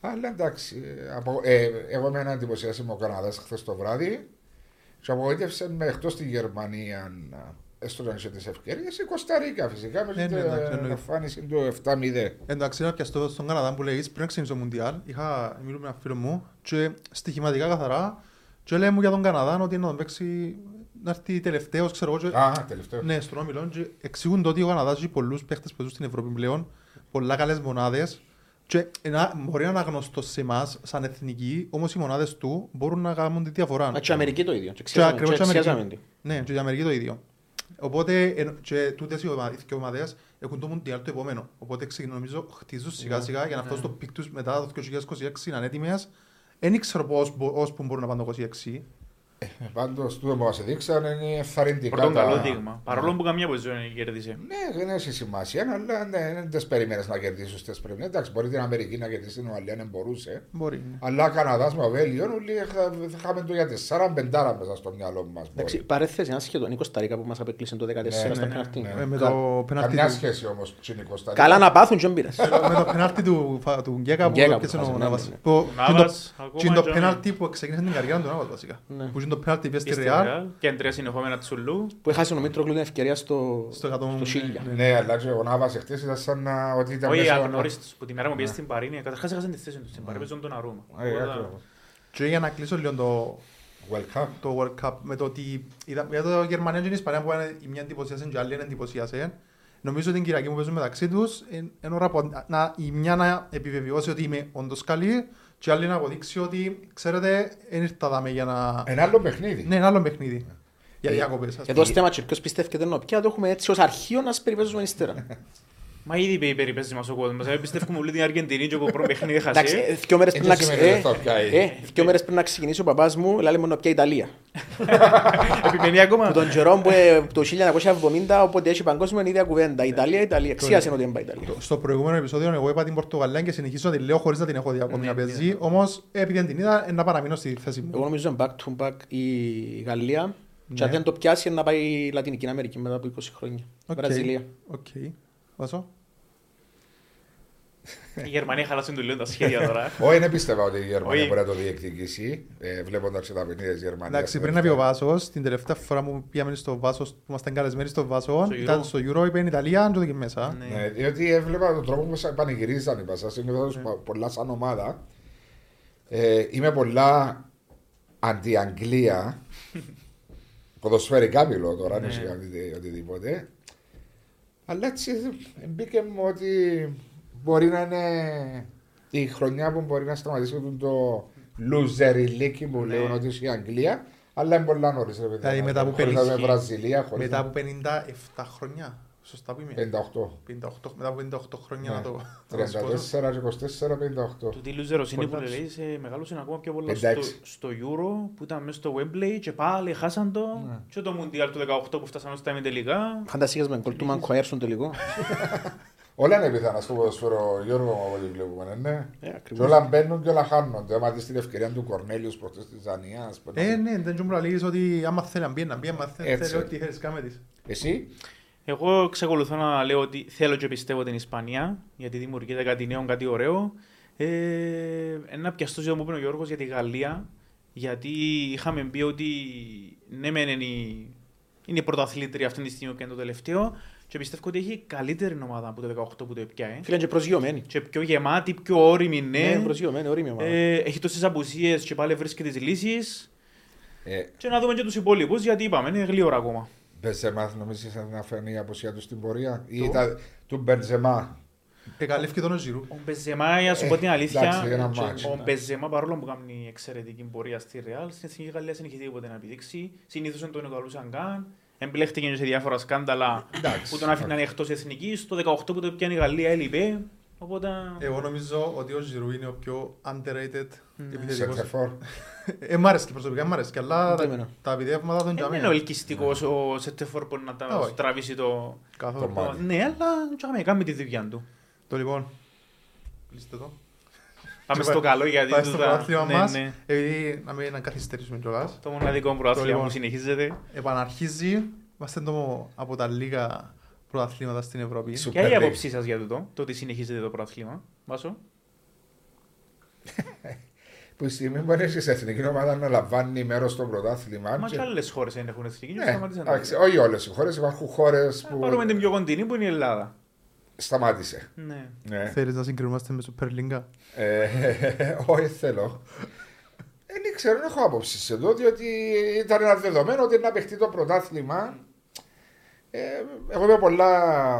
S3: Αλλά εντάξει, απο... ε, εγώ με ένα εντυπωσιάσιμο ο Καναδάς χθες το βράδυ και απογοήτευσε με εκτός τη Γερμανία έστω να είχε τις ευκαιρίες, η Κωνσταντίνα φυσικά με
S1: Ναι, ναι, εντάξει,
S3: την
S1: εννοείται.
S3: εμφάνιση του 7-0.
S1: Εν τω μεταξύ, να πιαστώ στον Καναδά που λέγεις, πριν να ξεκινήσω το Μουντιάλ, είχα μιλούμε με ένα φίλο μου και στοιχηματικά καθαρά και λέει μου για τον Καναδά ότι να τον παίξει να έρθει τελευταίος, ξέρω εγώ. και-
S3: Α, τελευταίος.
S1: Ναι, στον όμιλο και εξηγούν το ότι ο Καναδάς έχει πολλούς παίχτες που ζουν στην Ευρώπη πλέον, πολλά καλές μονάδες και ένα, μπορεί να είναι αγνωστός σε εμάς σαν εθνική, όμως οι μονάδες του μπορούν να κάνουν τη διαφορά.
S2: Μα και η Αμερική το ίδιο. Και
S1: ναι, Και
S2: ξέραμε-
S1: ακριβώς
S2: και
S1: και η
S2: ξέραμε
S1: Αμερική.
S2: τι.
S1: Ναι, και η Αμερική το ίδιο. Οπότε, εν- και τούτες οι ομάδες, οι ομάδες έχουν το Μουντιάλ το επόμενο. Οπότε, ξεκινούν, νομίζω, χτίζουν σιγά σιγά για να φτάσουν στο πικ τους μετά το 2026 να είναι έτοιμες. Δεν ήξερα πώς, μπο- ως που μπορούν να πάνε το 26.
S3: Πάντως, τούτο που μας δείξαν είναι ευθαρρυντικά.
S4: Πρώτον
S3: τα-
S4: καλό δείγμα. Παρόλο που καμιά position κέρδισε.
S3: Ναι, δεν έχει σημασία, αλλά ναι, δεν τις περιμένεις να κερδίσεις τις περιμένεις. Εντάξει, μπορεί την Αμερική να κερδίσει την Ουαλία, δεν μπορούσε.
S1: Μπορεί. ναι.
S3: Αλλά Καναδάς με Αβέλιον, όλοι είχα- είχαμε το για τεσσάρα πεντάρα μέσα στο μυαλό μας.
S2: Εντάξει,
S3: μπορεί.
S2: παρέθεση, ένας σχεδόν η Κωνσταντίνα που μας απεκλείσε το 2014
S3: Ναι,
S2: στα
S3: ναι,
S2: πέναλτι.
S3: ναι.
S1: Ε, Με
S2: Κα-
S1: το πενάρτι
S3: Καμιά
S1: του-
S3: σχέση όμως στην Κωνσταντίνα.
S2: Καλά να πάθουν και μπήρες.
S1: με το πενάρτι του, φα- του Γκέκα που
S2: Γκέκα που
S1: έπιασε ο
S2: χάσαμε,
S1: Νάβας.
S2: ναι, ναι.
S1: Το-
S4: Ο
S1: και το-
S4: Νάβας,
S1: Και
S4: ακόμα
S1: το
S4: και-
S1: πενάρτι που ξεκίνησε την καριέρα του Νάβας βασικά.
S2: Ναι.
S1: Που είναι το πενάρτι που
S4: Και
S1: έπιασε
S4: στη
S1: στη Ρεάλ.
S4: Real, Και εν τρία συνεχόμενα τσουλού.
S2: Που έχασε ο Μήτροκλου την ευκαιρία στο
S1: Στο εκατό-
S2: στο Σίλια.
S1: ναι.
S3: Ναι, αλλά και ο Νάβας εχθές ήταν σαν να- ότι ήταν
S4: Όχι
S3: μέσα-
S4: αγνώριστος που τη μέρα μου πήγε στην Παρίνη. ε, Καταρχάς έχασαν τη θέση τους στην Παρίνη. Παίζουν τον Αρούμα.
S3: Ε,
S4: Οπότε,
S3: ακριβώς.
S1: Και για να κλείσω λίγο το,
S3: Welcome.
S1: το World Cup με το ότι είδα, είδα το Γερμανία και η Ισπανία που είναι- η μια εντυπωσίασε και η άλλη δεν εντυπωσίασε. Νομίζω ότι την Κυριακή που παίζουν μεταξύ τους είναι ώρα που να, η μια να επιβεβαιώσει ότι είμαι όντως καλή και η άλλη να αποδείξει ότι ξέρετε δεν ήρθα δάμε για να...
S3: Ένα άλλο παιχνίδι.
S1: Ναι, ένα άλλο παιχνίδι. Για διακοπές. ας
S2: Ε. Εδώ
S1: πούμε.
S2: στέμα και ποιος πιστεύει και δεν είναι ο πια, το έχουμε έτσι ως αρχείο να περιπέζουμε ύστερα.
S4: Μα ήδη είπε η περιπέζη μας ο κόσμος. Δεν πιστεύουμε όλη την Αργεντινή και από πρώτο παιχνίδι
S2: Εντάξει,
S4: χασί.
S2: ε, δυο μέρες πριν να
S3: Έτσι
S2: ξε-
S3: σημαίνει
S2: ε,
S3: αυτό πια, ε.
S2: ε, δυο μέρες πριν να ξεκινήσει ο παπάς μου, λέει μόνο πια Ιταλία.
S4: Επιμένει
S2: Που
S4: ακόμα.
S2: τον Τζερόμ που ε, το 1970, όποτε έχει παγκόσμιο, είναι η ίδια κουβέντα. Ιταλία, Ιταλία. Ξίασε ότι δεν πάει Ιταλία.
S1: Στο προηγούμενο επεισόδιο εγώ είπα την Πορτογαλία και συνεχίζω να την λέω χωρίς να την έχω δει ακόμη να παίζει. Όμως επειδή δεν την είδα, ε, να παραμείνω στη θέση μου.
S2: Εγώ νομίζω είναι back to back η Γαλλία. Και αν
S1: Ναι.
S2: δεν το πιάσει, να πάει η Λατινική Αμερική μετά από 20 χρόνια.
S1: Οκ.
S2: Βραζιλία.
S1: Οκ. Βάσο.
S4: Η Γερμανία χαλάσε του λίγο τα σχέδια τώρα.
S3: Όχι, δεν πίστευα ότι η Γερμανία
S4: Όχι.
S3: μπορεί να το διεκδικήσει, ε, βλέποντας τα παιχνίδια της Γερμανίας.
S1: Εντάξει, πριν να πει ο Βάσος, την τελευταία φορά που πήγαμε στο Βάσος, που ήμασταν καλεσμένοι στο Βάσος,
S4: Στο
S1: ήταν
S4: Euro.
S1: στο Euro, είπε είναι Ιταλία, αν το δει μέσα.
S4: Ναι.
S3: Ναι, διότι έβλεπα τον τρόπο που σα- πανηγυρίζαν οι Πασά, νιώθω τους πο- πολλά σαν ομάδα. Ε, είμαι πολλά αντι-Αγγλία. Ποδοσφαιρικά μιλώ τώρα, ναι. οτιδήποτε. Αλλά έτσι μπήκε μου ότι μπορεί να είναι η χρονιά που μπορεί να σταματήσει το- το λουζεριλίκι που λέγουν ότι είσαι η Αγγλία. Αλλά είναι πολλά νωρίς ρε
S1: Δηλαδή,
S3: παιδιά.
S1: μετά από
S3: Χωρίς να είμαι
S1: 50
S3: Βραζιλία, χωρίς
S1: Μετά
S3: να-
S1: από 57 χρόνια. Σωστά που είμαι.
S3: 58.
S1: 58, μετά από 58 χρόνια
S3: Ναι.
S1: να το. να το σκοτώσω.
S3: 34 και 24, 58.
S4: Του τι loser είναι που
S1: Πολύ
S4: λέει ε, μεγάλωσε ακόμα πιο πολύ στο,
S3: Εντάξει.
S4: στο Euro που ήταν μέσα στο Wembley και πάλι χάσαν το και το Mundial του 18 που φτάσαμε στα ημιτελικά.
S2: Φαντασίες με γκολ του Μανκοέρ στον τελικό.
S3: Όλα είναι πιθανά στο ποδοσφαίρο, Γιώργο μου, από ό,τι βλέπουμε, ναι.
S2: Ε,
S3: Και
S2: ακριβώς.
S3: όλα μπαίνουν και όλα χάνονται. Άμα δεις την ευκαιρία του Κορνέλιους προχτές της Δανίας. που
S1: Ε,
S3: ένα-
S1: ναι, δεν τσιμπρά λέγεις ότι άμα θέλει να μπει, να μπει, άμα θέλει
S3: Έτσι.
S1: θέλει ό,τι θέλεις κάμε της.
S3: Εσύ,
S4: Εγώ εξακολουθώ να λέω ότι θέλω και πιστεύω την Ισπανία, γιατί δημιουργείται κάτι νέο, κάτι ωραίο. Ε, ένα πιαστό ζήτημα που είπε ο Γιώργος για τη Γαλλία, γιατί είχαμε πει ότι ναι, μεν είναι η, είναι η πρωταθλήτρια αυτή τη στιγμή και είναι το τελευταίο, και πιστεύω ότι έχει καλύτερη ομάδα από το 18 που το έπιαε.
S2: Φίλε, είναι και προσγειωμένοι.
S4: Και πιο γεμάτη, πιο όρημη,
S2: Ναι,
S4: ναι.
S2: προσγειωμένοι, ωρίμη ομάδα.
S4: ε, έχει τόσες απουσίες και πάλι βρίσκει τις λύσεις.
S3: ε,
S4: Και να δούμε και τους υπόλοιπους, γιατί είπαμε, είναι γλύωρα ακόμα.
S3: Μπενζεμά νομίζεις να φέρνει η αποσία του στην πορεία. Ή ήταν του Μπενζεμά.
S1: Εκαλύφθηκε τον ο Ζιρού.
S4: Ο Μπεζεμά, για να σου πω την αλήθεια,
S3: Ε, εντάξει, για ένα μάτς,
S4: ο
S3: εντάξει.
S4: Μπεζεμά παρόλο που κάνει εξαιρετική πορεία στη Ρεάλ, στην Εθνική Γαλλία δεν είχε τίποτε να επιδείξει. Συνήθως τον καλούσαν καν. Εμπλέχτηκε και σε διάφορα σκάνδαλα
S3: Εντάξει,
S4: που τον άφηναν εκτός εθνικής. Το 18 που το πιάνει η Γαλλία έλειπε.
S1: Ε,
S4: Οπότε.
S1: Εγώ νομίζω ότι ο Ζιρού είναι ο πιο underrated επιθετικός.
S3: Σεντερφόρ.
S1: Ε, μ' άρεσε και προσωπικά, μ' άρεσε και, αλλά
S2: Ούτε
S1: τα-
S2: εμένα.
S1: τα επιδεύματα των
S4: Δεν
S1: τζαμί.
S4: ε, είναι ο ελκυστικός ο Σετεφόρ που να
S1: Α,
S4: τα
S1: όχι.
S4: τραβήσει το.
S1: Καθόλου.
S3: Το Μάλι.
S4: Ναι, αλλά τσάμε, κάνουμε τη δουλειά του.
S1: Το λοιπόν. Κλείστε το.
S4: Πάμε
S1: Και
S4: στο
S1: πάει-
S4: καλό γιατί
S1: Πάει στο
S4: τούτα-
S1: πρωτάθλημα
S4: ναι,
S1: μας,
S4: ναι.
S1: επειδή να μην καθυστερήσουμε κιόλας.
S4: Το μοναδικό
S1: Το
S4: πρωτάθλημα
S1: λοιπόν.
S4: που συνεχίζεται.
S1: επαναρχίζει. Είμαστε το, από τα λίγα πρωταθλήματα στην Ευρώπη.
S3: Σου- Super
S4: Ποια είναι η
S3: League.
S4: άποψή σας για τούτο, το ότι συνεχίζεται το πρωτάθλημα, Βάσο.
S3: Που η στιγμή που έρχεσαι η εθνική ομάδα να λαμβάνει μέρος στο πρωτάθλημα.
S4: Μα
S3: και-
S4: και άλλες χώρες δεν έχουν εθνική. και
S3: Ναι,
S4: σταμάτησαν τα
S3: εντάξει,
S4: άλλα.
S3: όχι όλες οι χώρες. Υπάρχουν χώρες
S4: Α, Πάρουμε
S3: που.
S4: την πιο κοντινή που είναι η Ελλάδα.
S3: Σταμάτησε.
S4: Ναι.
S3: Ναι.
S1: Θέλεις να συγκρινούμαστε με Super League.
S3: Ε, Όχι, θέλω. Δεν ξέρω, δεν έχω άποψη σε εδώ, διότι ήταν ένα δεδομένο ότι να παιχτεί το πρωτάθλημα. Ε, εγώ είμαι πολλά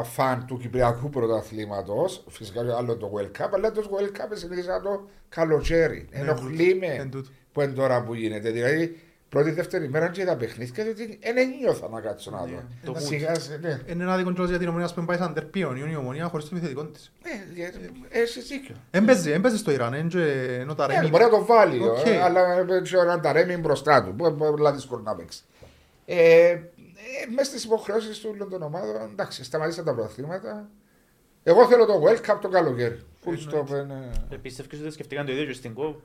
S3: φαν του Κυπριακού πρωταθλήματος. Φυσικά και άλλο το World Cup, αλλά το World Cup συνήθω να το καλοκαίρι.
S1: Ναι,
S3: Ενοχλεί
S1: εν
S3: με
S1: τούτο.
S3: που είναι τώρα που γίνεται. Δηλαδή, πρώτη-δεύτερη μέρα και τα παιχνίδια, διότι δεν νιώθα να κάτσω να
S4: Ναι,
S3: δω.
S4: το
S3: Σιγάς, ναι.
S1: Είναι ένα δικό κιόλας για την ομονία, ας πούμε, πάει σαν τερπίον. Είναι η ομονία χωρίς το επιθετικό της.
S3: Ε, Έχεις δίκιο.
S1: Έμπαιζε, έμπαιζε στο Ιράν, εν και- ενώ τα
S3: Ναι,
S1: Ρέμι-
S3: μπορεί να το βάλει,
S1: Οκ.
S3: ε, αλλά δεν ξέρω αν τα ρέμει μπροστά του. Μπορεί μπορεί να δύσκολο να παίξει. Ε, ε, μέσα στις υποχρεώσεις του όλων των ομάδων, εντάξει, σταματήσαν τα πρωταθλήματα. Εγώ θέλω το World Cup το καλοκαίρι. Full stop. είναι-
S4: Επίστευκες ότι σκεφτήκαν το ίδιο και στην ΚΟΠ.